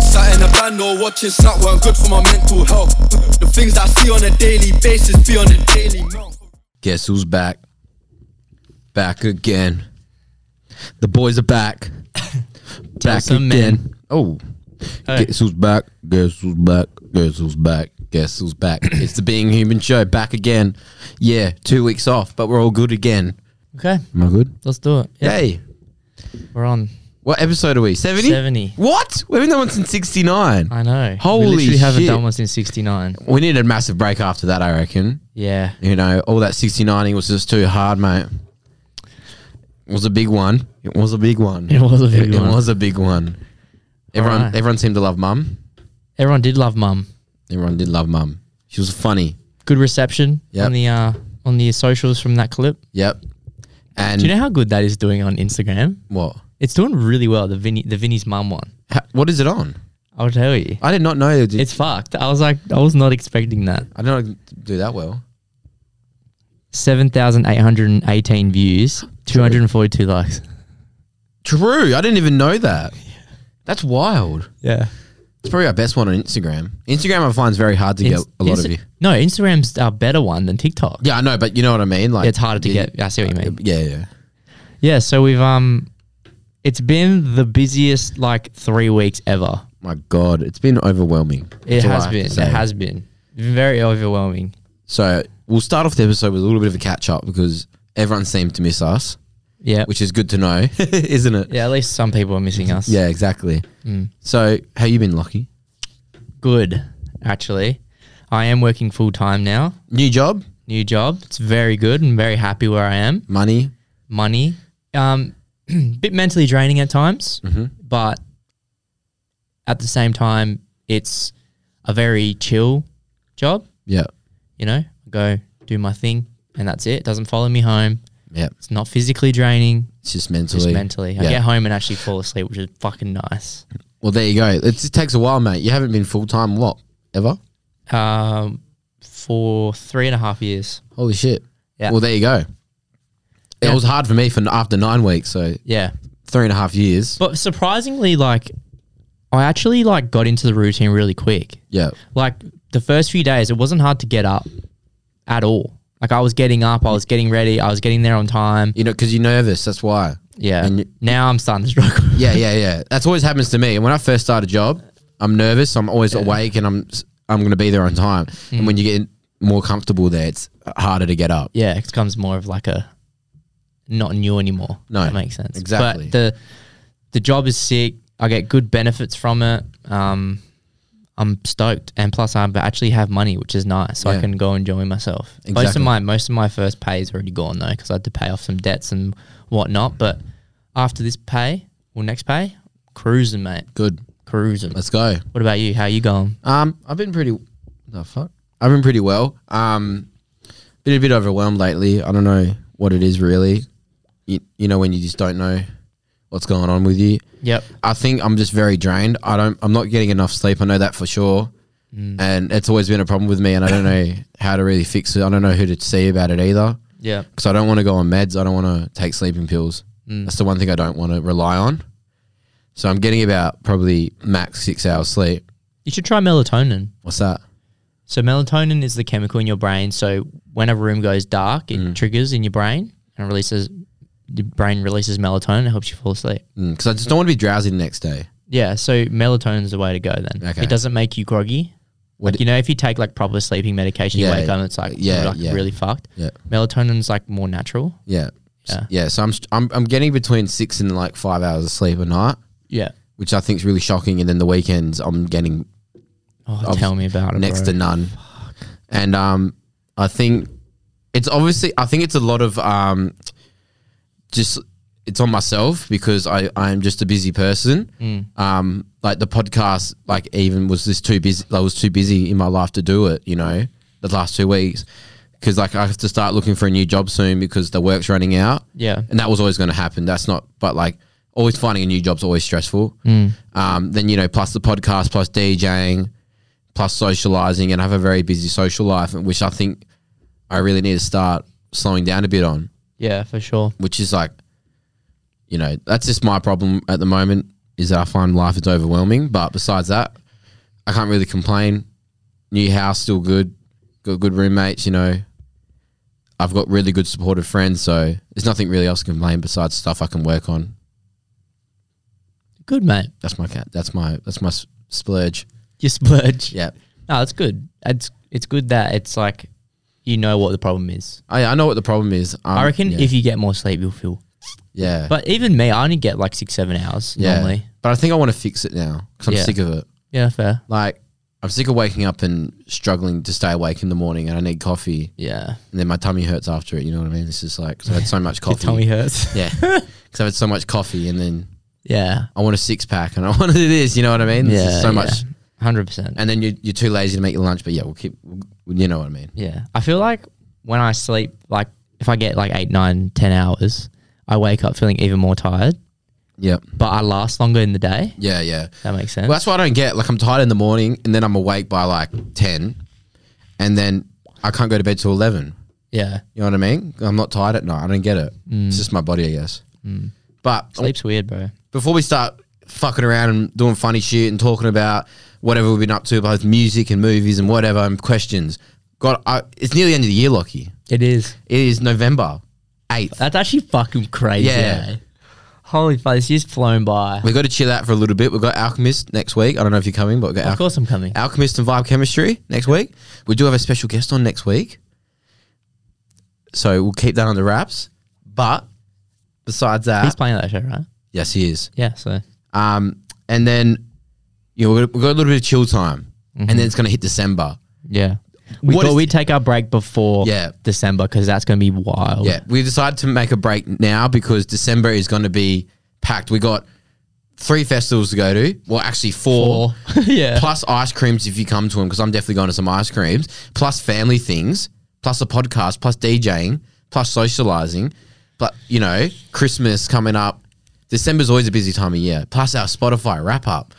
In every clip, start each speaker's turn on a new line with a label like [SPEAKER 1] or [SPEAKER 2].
[SPEAKER 1] I know watching Snap weren't good for my mental health. The things that I see on a daily basis be on a daily melt.
[SPEAKER 2] Guess who's back? Back again. The boys are back. back
[SPEAKER 3] some
[SPEAKER 2] again. Oh.
[SPEAKER 3] Hey.
[SPEAKER 2] Guess who's back? Guess who's back? Guess who's back? Guess who's back? it's the Being Human Show back again. Yeah, two weeks off, but we're all good again.
[SPEAKER 3] Okay,
[SPEAKER 2] Am I good?
[SPEAKER 3] let's do it. Yeah,
[SPEAKER 2] Hey,
[SPEAKER 3] we're on.
[SPEAKER 2] what episode are we? 70?
[SPEAKER 3] 70.
[SPEAKER 2] What? We've been on since 69.
[SPEAKER 3] I know.
[SPEAKER 2] Holy
[SPEAKER 3] we literally haven't
[SPEAKER 2] shit.
[SPEAKER 3] done one since '69.
[SPEAKER 2] We need a massive break after that, I reckon.
[SPEAKER 3] Yeah,
[SPEAKER 2] You know, all that 69 was just too hard, mate. It was a big one. It was a big one.
[SPEAKER 3] It was a big
[SPEAKER 2] it,
[SPEAKER 3] one.
[SPEAKER 2] It was a big one. Everyone,
[SPEAKER 3] Alright.
[SPEAKER 2] everyone seemed to love mum.
[SPEAKER 3] everyone did love Mum.
[SPEAKER 2] Everyone did love mum. She was funny.
[SPEAKER 3] Good reception
[SPEAKER 2] Yep.
[SPEAKER 3] on the uh, on the socials from that clip.
[SPEAKER 2] Yep. And
[SPEAKER 3] Do you know how good that is doing on Instagram?
[SPEAKER 2] what?
[SPEAKER 3] It's doing really well. The Vinny, the Vinny's mum one.
[SPEAKER 2] Ha- what is it on?
[SPEAKER 3] I'll tell you,
[SPEAKER 2] I did not know. It did,
[SPEAKER 3] it's fucked. I was like, I was not expecting that.
[SPEAKER 2] I did not do that well.
[SPEAKER 3] Seven thousand eight hundred and eighteen views, two hundred and forty-two likes.
[SPEAKER 2] True. I didn't even know that. That's wild.
[SPEAKER 3] Yeah.
[SPEAKER 2] It's probably our best one on Instagram. Instagram I find is very hard to get a lot of you.
[SPEAKER 3] No, Instagram's a better one than TikTok.
[SPEAKER 2] Yeah, I know, but you know what I mean. Like
[SPEAKER 3] Yeah, it's harder to get. I see what you mean.
[SPEAKER 2] Yeah, yeah.
[SPEAKER 3] Yeah, so we've um it's been the busiest like three weeks ever.
[SPEAKER 2] My God, it's been overwhelming.
[SPEAKER 3] It
[SPEAKER 2] That's all I
[SPEAKER 3] has
[SPEAKER 2] have to
[SPEAKER 3] been.
[SPEAKER 2] say.
[SPEAKER 3] It has been. Very overwhelming.
[SPEAKER 2] So we'll start off the episode with a little bit of a catch up because everyone seemed to miss us,
[SPEAKER 3] Yeah.
[SPEAKER 2] which is good to know, isn't it?
[SPEAKER 3] yeah, at least some people are missing us.
[SPEAKER 2] Yeah, exactly.
[SPEAKER 3] Mm.
[SPEAKER 2] So how you been, Lucky?
[SPEAKER 3] Good, actually. I am working full time now.
[SPEAKER 2] New job,
[SPEAKER 3] New job. It's very good and very happy where I am.
[SPEAKER 2] money.
[SPEAKER 3] Money. Um bit mentally draining at times, but at the same time it's a very chill job.
[SPEAKER 2] Yeah,
[SPEAKER 3] you know, go do my thing and that's it. Doesn't follow me home.
[SPEAKER 2] yeah.
[SPEAKER 3] It's not physically draining,
[SPEAKER 2] It's just mentally.
[SPEAKER 3] just mentally. I
[SPEAKER 2] Yeah.
[SPEAKER 3] get home and actually fall asleep, which is fucking nice.
[SPEAKER 2] Well, there you go. It just takes a while, mate. You haven't been full time what ever.
[SPEAKER 3] Um, for three and a half years.
[SPEAKER 2] Holy shit.
[SPEAKER 3] Yeah.
[SPEAKER 2] Well, there you go. It
[SPEAKER 3] Yeah.
[SPEAKER 2] was hard for me for after nine weeks, so
[SPEAKER 3] Yeah.
[SPEAKER 2] three and a half years.
[SPEAKER 3] But surprisingly, like, I actually like got into the routine really quick.
[SPEAKER 2] Yeah,
[SPEAKER 3] Like the first few days, it wasn't hard to get up at all. Like I was getting up, I was getting ready, I was getting there on time.
[SPEAKER 2] you know, because you're nervous. That's why.
[SPEAKER 3] Yeah.
[SPEAKER 2] And you-
[SPEAKER 3] now I'm starting to struggle.
[SPEAKER 2] Yeah, yeah, yeah. That's always happens to me. And when I first start a job, I'm nervous. I'm always awake, and I'm I'm gonna be there on time. And when you get more comfortable there, it's harder to get up.
[SPEAKER 3] yeah, it becomes more of like a not new anymore.
[SPEAKER 2] No,
[SPEAKER 3] that makes sense.
[SPEAKER 2] exactly.
[SPEAKER 3] But the the job is sick. I get good benefits from it. Um, I'm stoked, and plus I actually have money, which is nice. So
[SPEAKER 2] Yeah.
[SPEAKER 3] I can go enjoy myself. Most
[SPEAKER 2] Exactly.
[SPEAKER 3] of my most of my first pay is already gone though, because I had to pay off some debts and whatnot. But after this pay or next pay, cruising, mate,
[SPEAKER 2] Good.
[SPEAKER 3] cruising.
[SPEAKER 2] Let's go.
[SPEAKER 3] What about you? How you going?
[SPEAKER 2] Um, I've been pretty. The fuck. I've been pretty well. Um, been a bit overwhelmed lately. I don't know what it is really. You, you know when you just don't know what's going on with you.
[SPEAKER 3] Yep.
[SPEAKER 2] I think I'm just very drained. I don't. I'm not getting enough sleep. I know that for sure, and it's always been a problem with me. And I don't know how to really fix it. I don't know who to see about it either,
[SPEAKER 3] Yeah.
[SPEAKER 2] because I don't want to go on meds. I don't want to take sleeping pills. That's the one thing I don't want to rely on. So I'm getting about probably max six hours sleep.
[SPEAKER 3] You should try melatonin.
[SPEAKER 2] What's that?
[SPEAKER 3] So melatonin is the chemical in your brain. So when a room goes dark,
[SPEAKER 2] Mm.
[SPEAKER 3] it triggers in your brain and releases your brain releases melatonin and helps you fall asleep.
[SPEAKER 2] Because Mm, I just don't want to be drowsy the next day.
[SPEAKER 3] Yeah, so melatonin is the way to go then.
[SPEAKER 2] Okay.
[SPEAKER 3] It doesn't make you groggy.
[SPEAKER 2] What
[SPEAKER 3] Like, you know, if you take like proper sleeping medication,
[SPEAKER 2] Yeah,
[SPEAKER 3] you wake up and it's like,
[SPEAKER 2] yeah,
[SPEAKER 3] you're, like
[SPEAKER 2] yeah.
[SPEAKER 3] really fucked.
[SPEAKER 2] Yeah.
[SPEAKER 3] Melatonin's like more natural.
[SPEAKER 2] Yeah.
[SPEAKER 3] Yeah.
[SPEAKER 2] Yeah. So I'm, st- I'm I'm getting between six and like five hours of sleep a night,
[SPEAKER 3] Yeah.
[SPEAKER 2] which I think is really shocking. And then the weekends I'm getting
[SPEAKER 3] Oh,
[SPEAKER 2] Of-
[SPEAKER 3] tell me about it.
[SPEAKER 2] next
[SPEAKER 3] bro.
[SPEAKER 2] to none. And um, I think it's obviously I think it's a lot of um, just it's on myself because I I am just a busy person. Um, like the podcast, like even was this too busy? I was too busy in my life to do it. You know, the last two weeks. Because like I have to start looking for a new job soon because the work's running out,
[SPEAKER 3] Yeah.
[SPEAKER 2] and that was always going to happen. That's not, but like always finding a new job's always stressful. Um, then you know, plus the podcast, plus DJing, plus socializing and I have a very busy social life, and which I think I really need to start slowing down a bit on,
[SPEAKER 3] Yeah, for sure.
[SPEAKER 2] which is like, you know, that's just my problem at the moment is that I find life is overwhelming. But besides that, I can't really complain. New house, still good. Got good roommates, you know. I've got really good supportive friends, so there's nothing really else to complain besides stuff I can work on.
[SPEAKER 3] Good, mate.
[SPEAKER 2] That's my cat. That's my that's my s- splurge.
[SPEAKER 3] You splurge.
[SPEAKER 2] Yeah.
[SPEAKER 3] No, it's good. It's it's good that it's like you know what the problem is.
[SPEAKER 2] I Oh, I know what the problem is. Um,
[SPEAKER 3] I reckon
[SPEAKER 2] yeah,
[SPEAKER 3] if you get more sleep, you'll feel.
[SPEAKER 2] yeah,
[SPEAKER 3] But even me, I only get like six, seven hours
[SPEAKER 2] yeah.
[SPEAKER 3] normally.
[SPEAKER 2] But I think I want to fix it now because I'm
[SPEAKER 3] Yeah.
[SPEAKER 2] sick of it.
[SPEAKER 3] Yeah, fair.
[SPEAKER 2] Like I'm sick of waking up and struggling to stay awake in the morning, and I need coffee,
[SPEAKER 3] Yeah.
[SPEAKER 2] and then my tummy hurts after it. You know what I mean? It's just like 'cause I had so much
[SPEAKER 3] Your
[SPEAKER 2] coffee.
[SPEAKER 3] tummy hurts.
[SPEAKER 2] Yeah, because I had so much coffee, and then
[SPEAKER 3] yeah.
[SPEAKER 2] I want a six pack, and I want to do this. You know what I mean? There's
[SPEAKER 3] Yeah.
[SPEAKER 2] just so much,
[SPEAKER 3] Hundred percent.
[SPEAKER 2] and then you, you're too lazy to make your lunch. But yeah, we'll keep. You know what I mean?
[SPEAKER 3] Yeah. I feel like when I sleep, like if I get like eight, nine, ten hours, I wake up feeling even more tired.
[SPEAKER 2] Yep.
[SPEAKER 3] But I last longer in the day.
[SPEAKER 2] Yeah, yeah.
[SPEAKER 3] That makes sense.
[SPEAKER 2] Well, that's what I don't get. Like I'm tired in the morning, and then I'm awake by like ten, and then I can't go to bed till eleven.
[SPEAKER 3] yeah.
[SPEAKER 2] You know what I mean? I'm not tired at night. I don't get it.
[SPEAKER 3] Mm.
[SPEAKER 2] It's just my body, I guess. But
[SPEAKER 3] Sleep's weird, bro.
[SPEAKER 2] before we start fucking around and doing funny shit and talking about whatever we've been up to, both music and movies and whatever, and questions. God, I, it's near the end of the year, Lockie.
[SPEAKER 3] It is.
[SPEAKER 2] It is November 8th.
[SPEAKER 3] That's actually fucking crazy.
[SPEAKER 2] Yeah.
[SPEAKER 3] eh? Holy fuck, this year's flown by.
[SPEAKER 2] We've got to chill out for a little bit. We've got Alchemist next week. I don't know if you're coming, but we've got
[SPEAKER 3] Of
[SPEAKER 2] Alch-
[SPEAKER 3] course I'm coming.
[SPEAKER 2] Alchemist and Vibe Chemistry next week. We do have a special guest on next week. So we'll keep that under wraps. But besides that,
[SPEAKER 3] He's playing that show, right?
[SPEAKER 2] yes, he is.
[SPEAKER 3] Yeah, so
[SPEAKER 2] Um, and then you know, we've got we've got a little bit of chill time, and then it's going to hit December.
[SPEAKER 3] yeah. We
[SPEAKER 2] What
[SPEAKER 3] thought
[SPEAKER 2] is
[SPEAKER 3] we'd take our break before
[SPEAKER 2] Yeah.
[SPEAKER 3] December because that's going to be wild.
[SPEAKER 2] Yeah, we decided to make a break now because December is going to be packed. We got three festivals to go to. Well, actually four.
[SPEAKER 3] Or, yeah.
[SPEAKER 2] Plus ice creams if you come to them because I'm definitely going to some ice creams. Plus family things. Plus a podcast. Plus DJing. Plus socializing. But you know, Christmas coming up. December's always a busy time of year. Plus our Spotify wrap up.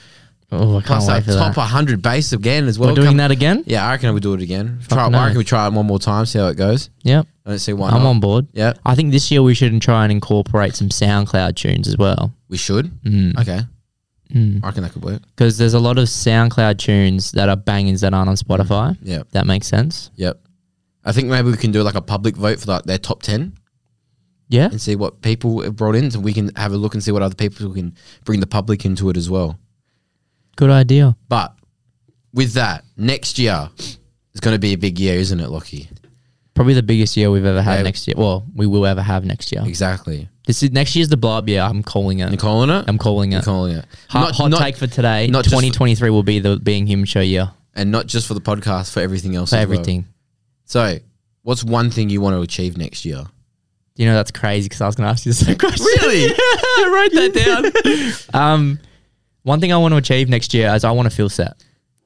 [SPEAKER 3] Oh, I can't
[SPEAKER 2] Plus our
[SPEAKER 3] wait for
[SPEAKER 2] top
[SPEAKER 3] that.
[SPEAKER 2] 100 base again as well.
[SPEAKER 3] We're doing
[SPEAKER 2] Come-
[SPEAKER 3] that again?
[SPEAKER 2] Yeah, I reckon we do it again. Try,
[SPEAKER 3] no.
[SPEAKER 2] I reckon we try it one more time, see how it goes.
[SPEAKER 3] Yep.
[SPEAKER 2] I don't see why
[SPEAKER 3] I'm
[SPEAKER 2] not.
[SPEAKER 3] on board.
[SPEAKER 2] Yeah.
[SPEAKER 3] I think this year we should try and incorporate some SoundCloud tunes as well.
[SPEAKER 2] We should.
[SPEAKER 3] Mm.
[SPEAKER 2] Okay. I reckon that could work.
[SPEAKER 3] Because there's a lot of SoundCloud tunes that are bangings that aren't on Spotify.
[SPEAKER 2] Mm. Yeah.
[SPEAKER 3] That makes sense.
[SPEAKER 2] Yep. I think maybe we can do like a public vote for like their top 10
[SPEAKER 3] Yeah.
[SPEAKER 2] and see what people have brought in. So we can have a look and see what other people can bring the public into it as well.
[SPEAKER 3] Good idea.
[SPEAKER 2] But with that, next year is going to be a big year, isn't it, Lockie?
[SPEAKER 3] Probably the biggest year we've ever had
[SPEAKER 2] Yeah.
[SPEAKER 3] next year. Well, we will ever have next year.
[SPEAKER 2] Exactly.
[SPEAKER 3] This is next year's the blow up year. I'm calling it.
[SPEAKER 2] You calling it?
[SPEAKER 3] I'm calling
[SPEAKER 2] I'm
[SPEAKER 3] it.
[SPEAKER 2] calling it.
[SPEAKER 3] hot hot take for today.
[SPEAKER 2] not just-
[SPEAKER 3] 2023 will be the Being Human Show year
[SPEAKER 2] And not just for the podcast, for everything else.
[SPEAKER 3] for
[SPEAKER 2] as well.
[SPEAKER 3] everything.
[SPEAKER 2] So, what's one thing you want to achieve next year?
[SPEAKER 3] You know that's crazy because I was going to ask you the same question.
[SPEAKER 2] Really?
[SPEAKER 3] I wrote that down. um, one thing I want to achieve next year is I want to feel set.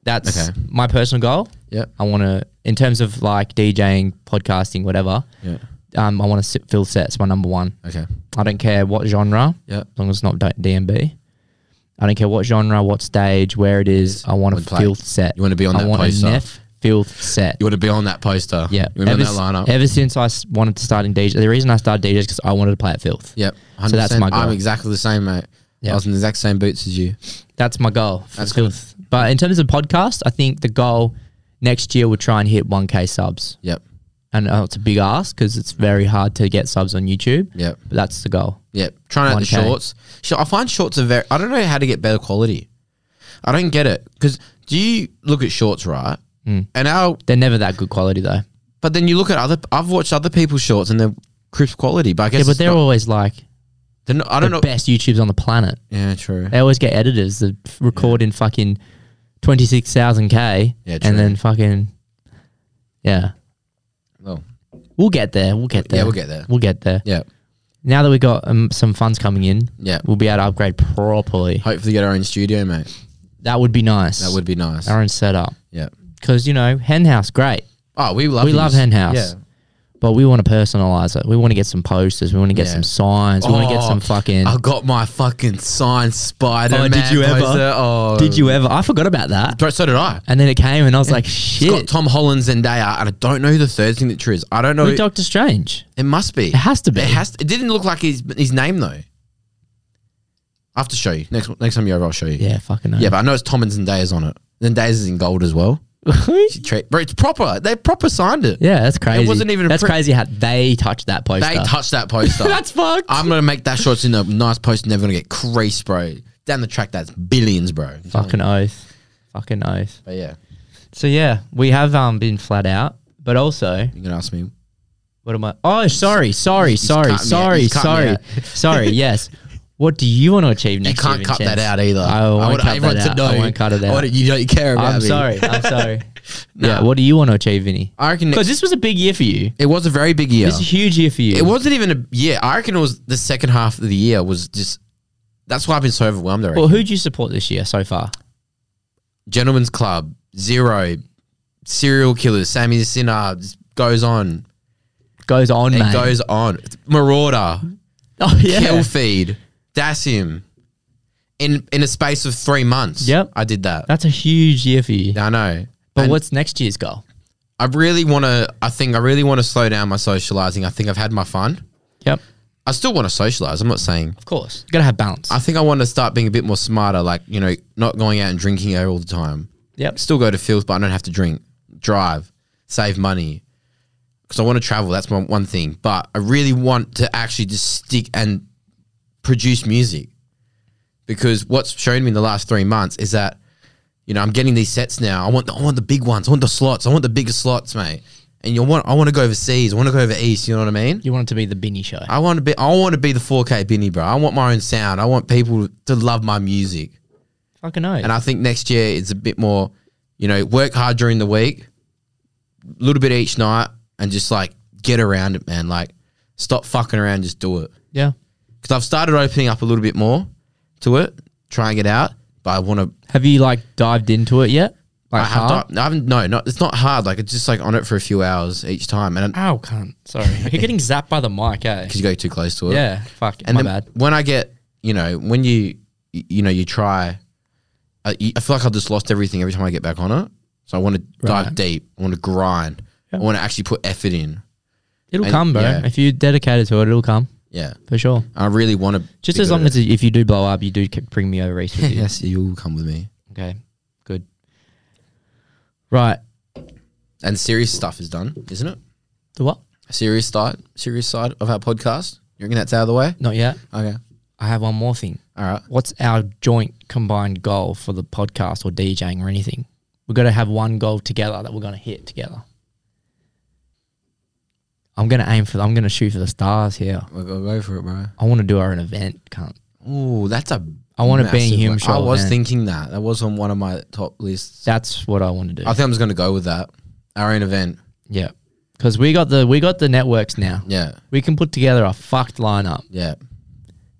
[SPEAKER 3] That's
[SPEAKER 2] Okay.
[SPEAKER 3] my personal goal.
[SPEAKER 2] Yep.
[SPEAKER 3] I want to, in terms of like DJing, podcasting, whatever.
[SPEAKER 2] Yeah.
[SPEAKER 3] Um, I want to feel set. It's my number one.
[SPEAKER 2] Okay.
[SPEAKER 3] I don't care what genre,
[SPEAKER 2] Yep.
[SPEAKER 3] as long as it's not D- DMB. I don't care what genre, what stage, where it is. I want
[SPEAKER 2] One
[SPEAKER 3] to
[SPEAKER 2] plate.
[SPEAKER 3] feel set.
[SPEAKER 2] You wanna be on
[SPEAKER 3] I
[SPEAKER 2] that
[SPEAKER 3] want
[SPEAKER 2] poster.
[SPEAKER 3] a Neff feel set.
[SPEAKER 2] You want to be on that poster?
[SPEAKER 3] Yeah,
[SPEAKER 2] You want to be on
[SPEAKER 3] s-
[SPEAKER 2] that lineup?
[SPEAKER 3] ever since I s- wanted to start in DJ, the reason I started DJ is because I wanted to play at Filth.
[SPEAKER 2] Yep. 100%.
[SPEAKER 3] So that's my
[SPEAKER 2] I'm
[SPEAKER 3] goal.
[SPEAKER 2] exactly the same, mate.
[SPEAKER 3] Yeah.
[SPEAKER 2] I was in the exact same boots as you.
[SPEAKER 3] That's my goal. for
[SPEAKER 2] That's
[SPEAKER 3] Filth. But in terms of podcast, I think the goal next year we'll try and hit 1K subs.
[SPEAKER 2] Yep.
[SPEAKER 3] And uh, it's a big ask because it's very hard to get subs on YouTube.
[SPEAKER 2] Yep.
[SPEAKER 3] But that's the goal.
[SPEAKER 2] Yep. Trying out the
[SPEAKER 3] 1K.
[SPEAKER 2] shorts. Sh- I find shorts are very. I don't know how to get better quality. I don't get it because do you look at shorts right?
[SPEAKER 3] Hmm.
[SPEAKER 2] And our
[SPEAKER 3] They're never that good quality though.
[SPEAKER 2] but then you look at other. I've watched other people's shorts and they're crisp quality. But I guess
[SPEAKER 3] Yeah, but
[SPEAKER 2] it's
[SPEAKER 3] they're
[SPEAKER 2] not-
[SPEAKER 3] always like
[SPEAKER 2] they're not- I
[SPEAKER 3] the
[SPEAKER 2] don't know.
[SPEAKER 3] best YouTubes on the planet.
[SPEAKER 2] Yeah, true.
[SPEAKER 3] They always get editors that f- record in fucking 26,000K
[SPEAKER 2] Yeah, true.
[SPEAKER 3] and then fucking, yeah.
[SPEAKER 2] Well,
[SPEAKER 3] We'll get there. We'll get
[SPEAKER 2] Yeah,
[SPEAKER 3] there.
[SPEAKER 2] we'll get there.
[SPEAKER 3] We'll get there.
[SPEAKER 2] yeah.
[SPEAKER 3] Now that we've got um, some funds coming in,
[SPEAKER 2] Yeah.
[SPEAKER 3] we'll be able to upgrade properly.
[SPEAKER 2] Hopefully, get our own studio, mate.
[SPEAKER 3] That would be nice.
[SPEAKER 2] That would be nice.
[SPEAKER 3] our own setup
[SPEAKER 2] Yeah.
[SPEAKER 3] because you know hen house great,
[SPEAKER 2] Oh, we love
[SPEAKER 3] We
[SPEAKER 2] these.
[SPEAKER 3] love hen house.
[SPEAKER 2] Yeah.
[SPEAKER 3] but we want to personalize it. We want to get some posters. We want to get
[SPEAKER 2] Yeah.
[SPEAKER 3] some signs. We want to get
[SPEAKER 2] Oh,
[SPEAKER 3] some fucking.
[SPEAKER 2] I got my fucking signed Spider Man.
[SPEAKER 3] Oh, did you ever?
[SPEAKER 2] Oh,
[SPEAKER 3] did you ever? I forgot about that.
[SPEAKER 2] Bro, so did I.
[SPEAKER 3] And then it came, and I was like,
[SPEAKER 2] It's got
[SPEAKER 3] shit.
[SPEAKER 2] Tom Holland, Zendaya, and I don't know who the third signature is. I don't know.
[SPEAKER 3] Who's Doctor Strange?
[SPEAKER 2] it must be.
[SPEAKER 3] It has to be.
[SPEAKER 2] It has. it didn't look like his his name though. I have to show you next next time you're over. I'll show you.
[SPEAKER 3] yeah, fucking. no.
[SPEAKER 2] Yeah, but I know it's Tom and Zendaya's on it. Then Days is in gold as well. She tra- bro, it's proper. They proper signed it.
[SPEAKER 3] yeah, that's crazy.
[SPEAKER 2] wasn't even a
[SPEAKER 3] that's
[SPEAKER 2] print.
[SPEAKER 3] crazy how they touched that poster.
[SPEAKER 2] They touched that poster.
[SPEAKER 3] that's fucked.
[SPEAKER 2] I'm gonna make that shorts in a nice post, never gonna get creased, bro. Down the track, that's billions, bro.
[SPEAKER 3] Fucking oath. Fucking oath.
[SPEAKER 2] But yeah,
[SPEAKER 3] So yeah, we have um been flat out, but also
[SPEAKER 2] you can ask me.
[SPEAKER 3] what am I? Oh, sorry, sorry, sorry,
[SPEAKER 2] cut me out.
[SPEAKER 3] sorry,
[SPEAKER 2] He's cut me
[SPEAKER 3] sorry,
[SPEAKER 2] out.
[SPEAKER 3] sorry. Yes. What do you want to achieve
[SPEAKER 2] You
[SPEAKER 3] next?
[SPEAKER 2] can't
[SPEAKER 3] year,
[SPEAKER 2] cut
[SPEAKER 3] Vincenzo?
[SPEAKER 2] that out either.
[SPEAKER 3] I won't
[SPEAKER 2] want
[SPEAKER 3] cut
[SPEAKER 2] everyone
[SPEAKER 3] that
[SPEAKER 2] to
[SPEAKER 3] out.
[SPEAKER 2] know.
[SPEAKER 3] I won't cut it
[SPEAKER 2] I
[SPEAKER 3] out.
[SPEAKER 2] want you don't care about
[SPEAKER 3] I'm
[SPEAKER 2] me.
[SPEAKER 3] sorry. I'm sorry.
[SPEAKER 2] Nah.
[SPEAKER 3] Yeah. What do you want to achieve, Vinny?
[SPEAKER 2] I reckon
[SPEAKER 3] Because this was a big year for you.
[SPEAKER 2] it was a very big year.
[SPEAKER 3] This is a huge year for you.
[SPEAKER 2] It wasn't even a year. I reckon it was the second half of the year was just. That's why I've been so overwhelmed. I reckon.
[SPEAKER 3] Well, who do you support this year so far?
[SPEAKER 2] Gentlemen's Club, Zero, serial killers, Sammy the Sinner just goes on.
[SPEAKER 3] Goes on,
[SPEAKER 2] It
[SPEAKER 3] mate.
[SPEAKER 2] goes on. Marauder,
[SPEAKER 3] oh yeah.
[SPEAKER 2] Kill Feed, Dasim. In in a space of three months.
[SPEAKER 3] Yep.
[SPEAKER 2] I did that.
[SPEAKER 3] That's a huge year for you.
[SPEAKER 2] I know.
[SPEAKER 3] But
[SPEAKER 2] And
[SPEAKER 3] what's next year's goal?
[SPEAKER 2] I really want to. I think I really want to slow down my socializing. I think I've had my fun.
[SPEAKER 3] Yep.
[SPEAKER 2] I still want to socialize. I'm not saying.
[SPEAKER 3] Of course. Gotta have balance.
[SPEAKER 2] I think I want to start being a bit more smarter, like, you know, not going out and drinking all the time.
[SPEAKER 3] yep.
[SPEAKER 2] Still go to fields, but I don't have to drink, drive, save money. Because I want to travel. That's my one thing. But I really want to actually just stick and produce music. Because what's shown me in the last three months is that, you know, I'm getting these sets now. I want the, I want the big ones. I want the slots. I want the bigger slots, mate. And you want I want to go overseas. I want to go over east. You know what I mean?
[SPEAKER 3] You want it to be the Binny show.
[SPEAKER 2] I want to be. I want to be the 4K Binny, bro. I want my own sound. I want people to love my music.
[SPEAKER 3] Fucking know.
[SPEAKER 2] And I think next year it's a bit more, you know, work hard during the week, a little bit each night, and just like get around it, man. Like stop fucking around, just do it.
[SPEAKER 3] yeah.
[SPEAKER 2] Because I've started opening up a little bit more to it, trying it out. But I want to.
[SPEAKER 3] Have you like dived into it yet? Like
[SPEAKER 2] I have.
[SPEAKER 3] hard?
[SPEAKER 2] To, I haven't. No, not. It's not hard. Like it's just like on it for a few hours each time, and
[SPEAKER 3] Ow, cunt. Sorry. You're getting zapped by the mic, eh?
[SPEAKER 2] because you go too close to it.
[SPEAKER 3] Yeah. Fuck.
[SPEAKER 2] And
[SPEAKER 3] my
[SPEAKER 2] then
[SPEAKER 3] bad.
[SPEAKER 2] when I get, you know, when you, y- you know, you try, I, you- I feel like I've just lost everything every time I get back on it. So I want to dive
[SPEAKER 3] Right.
[SPEAKER 2] deep. I want to grind. I want to actually put effort in.
[SPEAKER 3] It'll
[SPEAKER 2] and-
[SPEAKER 3] come, bro.
[SPEAKER 2] yeah.
[SPEAKER 3] If you're dedicated to it, it'll come
[SPEAKER 2] Yeah.
[SPEAKER 3] for sure.
[SPEAKER 2] I really want to.
[SPEAKER 3] Just as long as you- if you do blow up, you do keep- bring me over East with you.
[SPEAKER 2] yes, you'll come with me.
[SPEAKER 3] okay. Good. Right.
[SPEAKER 2] And serious stuff is done, isn't it?
[SPEAKER 3] The what?
[SPEAKER 2] Serious side, serious side of our podcast. You reckon that's out of the way?
[SPEAKER 3] Not yet.
[SPEAKER 2] Okay.
[SPEAKER 3] I have one more thing.
[SPEAKER 2] All right.
[SPEAKER 3] What's our joint combined goal for the podcast or DJing or anything? We've got to have one goal together that we're going to hit together. I'm going to aim for, I'm going to shoot for the stars here.
[SPEAKER 2] We'll go, go for it, bro.
[SPEAKER 3] I want to do our own event, cunt.
[SPEAKER 2] Ooh, that's a.
[SPEAKER 3] I wanna be in
[SPEAKER 2] massive
[SPEAKER 3] Hume
[SPEAKER 2] one. I
[SPEAKER 3] Shoal,
[SPEAKER 2] was
[SPEAKER 3] man.
[SPEAKER 2] thinking that. That was on one of my top lists.
[SPEAKER 3] That's what I want to do.
[SPEAKER 2] I think I'm just going to go with that. Our own event.
[SPEAKER 3] yeah, because we got the we got the networks now.
[SPEAKER 2] Yeah.
[SPEAKER 3] We can put together a fucked lineup,
[SPEAKER 2] Yeah.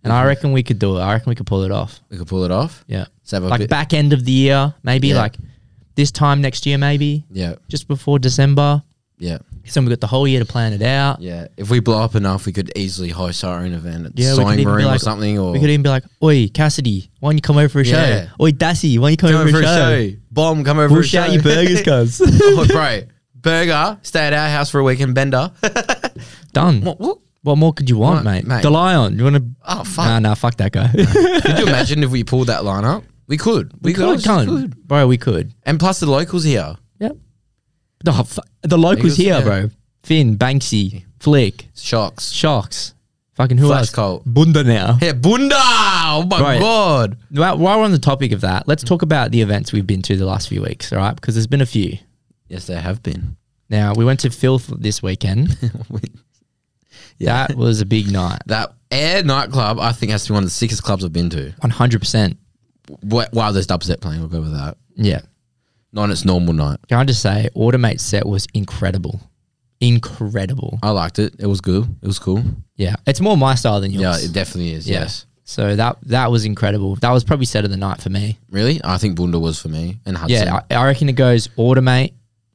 [SPEAKER 3] and I reckon we could do it. I reckon we could pull it off.
[SPEAKER 2] We could pull it off.
[SPEAKER 3] Yeah,
[SPEAKER 2] So have a
[SPEAKER 3] like
[SPEAKER 2] bit-
[SPEAKER 3] back end of the year, maybe
[SPEAKER 2] Yeah.
[SPEAKER 3] like this time next year, maybe
[SPEAKER 2] Yeah,
[SPEAKER 3] just before December.
[SPEAKER 2] yeah,
[SPEAKER 3] So we got the whole year to plan it out.
[SPEAKER 2] yeah. If we blow up enough, we could easily host our own event at
[SPEAKER 3] Yeah,
[SPEAKER 2] the
[SPEAKER 3] we could
[SPEAKER 2] sewing
[SPEAKER 3] even be
[SPEAKER 2] room
[SPEAKER 3] like-
[SPEAKER 2] or something, or
[SPEAKER 3] We could even be like, "Oi, Cassidy, why don't you come over for a
[SPEAKER 2] Yeah.
[SPEAKER 3] show? Oi, Dassy, why don't you come, over for a show?
[SPEAKER 2] Bomb, come over
[SPEAKER 3] We'll
[SPEAKER 2] for a
[SPEAKER 3] shout
[SPEAKER 2] show.
[SPEAKER 3] your burgers, cuz."
[SPEAKER 2] oh, bro, burger. Stay at our house for a weekend, Bender.
[SPEAKER 3] Done. What,
[SPEAKER 2] what, what?
[SPEAKER 3] more could you want,
[SPEAKER 2] What,
[SPEAKER 3] mate?
[SPEAKER 2] mate?
[SPEAKER 3] Delion, you want to?
[SPEAKER 2] Oh fuck!
[SPEAKER 3] Nah, nah, fuck that guy.
[SPEAKER 2] Could you imagine if we pulled that line up? We could. We, could.
[SPEAKER 3] could,
[SPEAKER 2] honestly
[SPEAKER 3] cunt. bro. We could.
[SPEAKER 2] And plus the locals here.
[SPEAKER 3] Yep. Oh, fu- the
[SPEAKER 2] Eagles,
[SPEAKER 3] locals here,
[SPEAKER 2] yeah.
[SPEAKER 3] bro. Finn, Banksy, Flick,
[SPEAKER 2] Shocks.
[SPEAKER 3] Sharks. Fucking who
[SPEAKER 2] Flash
[SPEAKER 3] else?
[SPEAKER 2] Colt.
[SPEAKER 3] Bunda now.
[SPEAKER 2] Yeah, Bunda. Oh my
[SPEAKER 3] Right.
[SPEAKER 2] god.
[SPEAKER 3] While, while we're on the topic of that, let's talk about the events we've been to the last few weeks, all right? Because there's been a few.
[SPEAKER 2] Yes, there have been.
[SPEAKER 3] Now, we went to Filth this weekend. That was a big night.
[SPEAKER 2] That Air nightclub, I think, has to be one of the sickest clubs I've been to.
[SPEAKER 3] 100%.
[SPEAKER 2] Wh- While there's dubstep playing, we'll go with that.
[SPEAKER 3] Yeah.
[SPEAKER 2] Not on its normal night.
[SPEAKER 3] Can I just say, Automate set was incredible. Incredible.
[SPEAKER 2] I liked it. It was good. It was cool.
[SPEAKER 3] Yeah. It's more my style than yours.
[SPEAKER 2] Yeah, it definitely is.
[SPEAKER 3] Yeah.
[SPEAKER 2] Yes.
[SPEAKER 3] So that that was incredible. That was probably set of the night for me.
[SPEAKER 2] Really? I think Bunda was for me and Hudson.
[SPEAKER 3] Yeah, I, I reckon it goes automate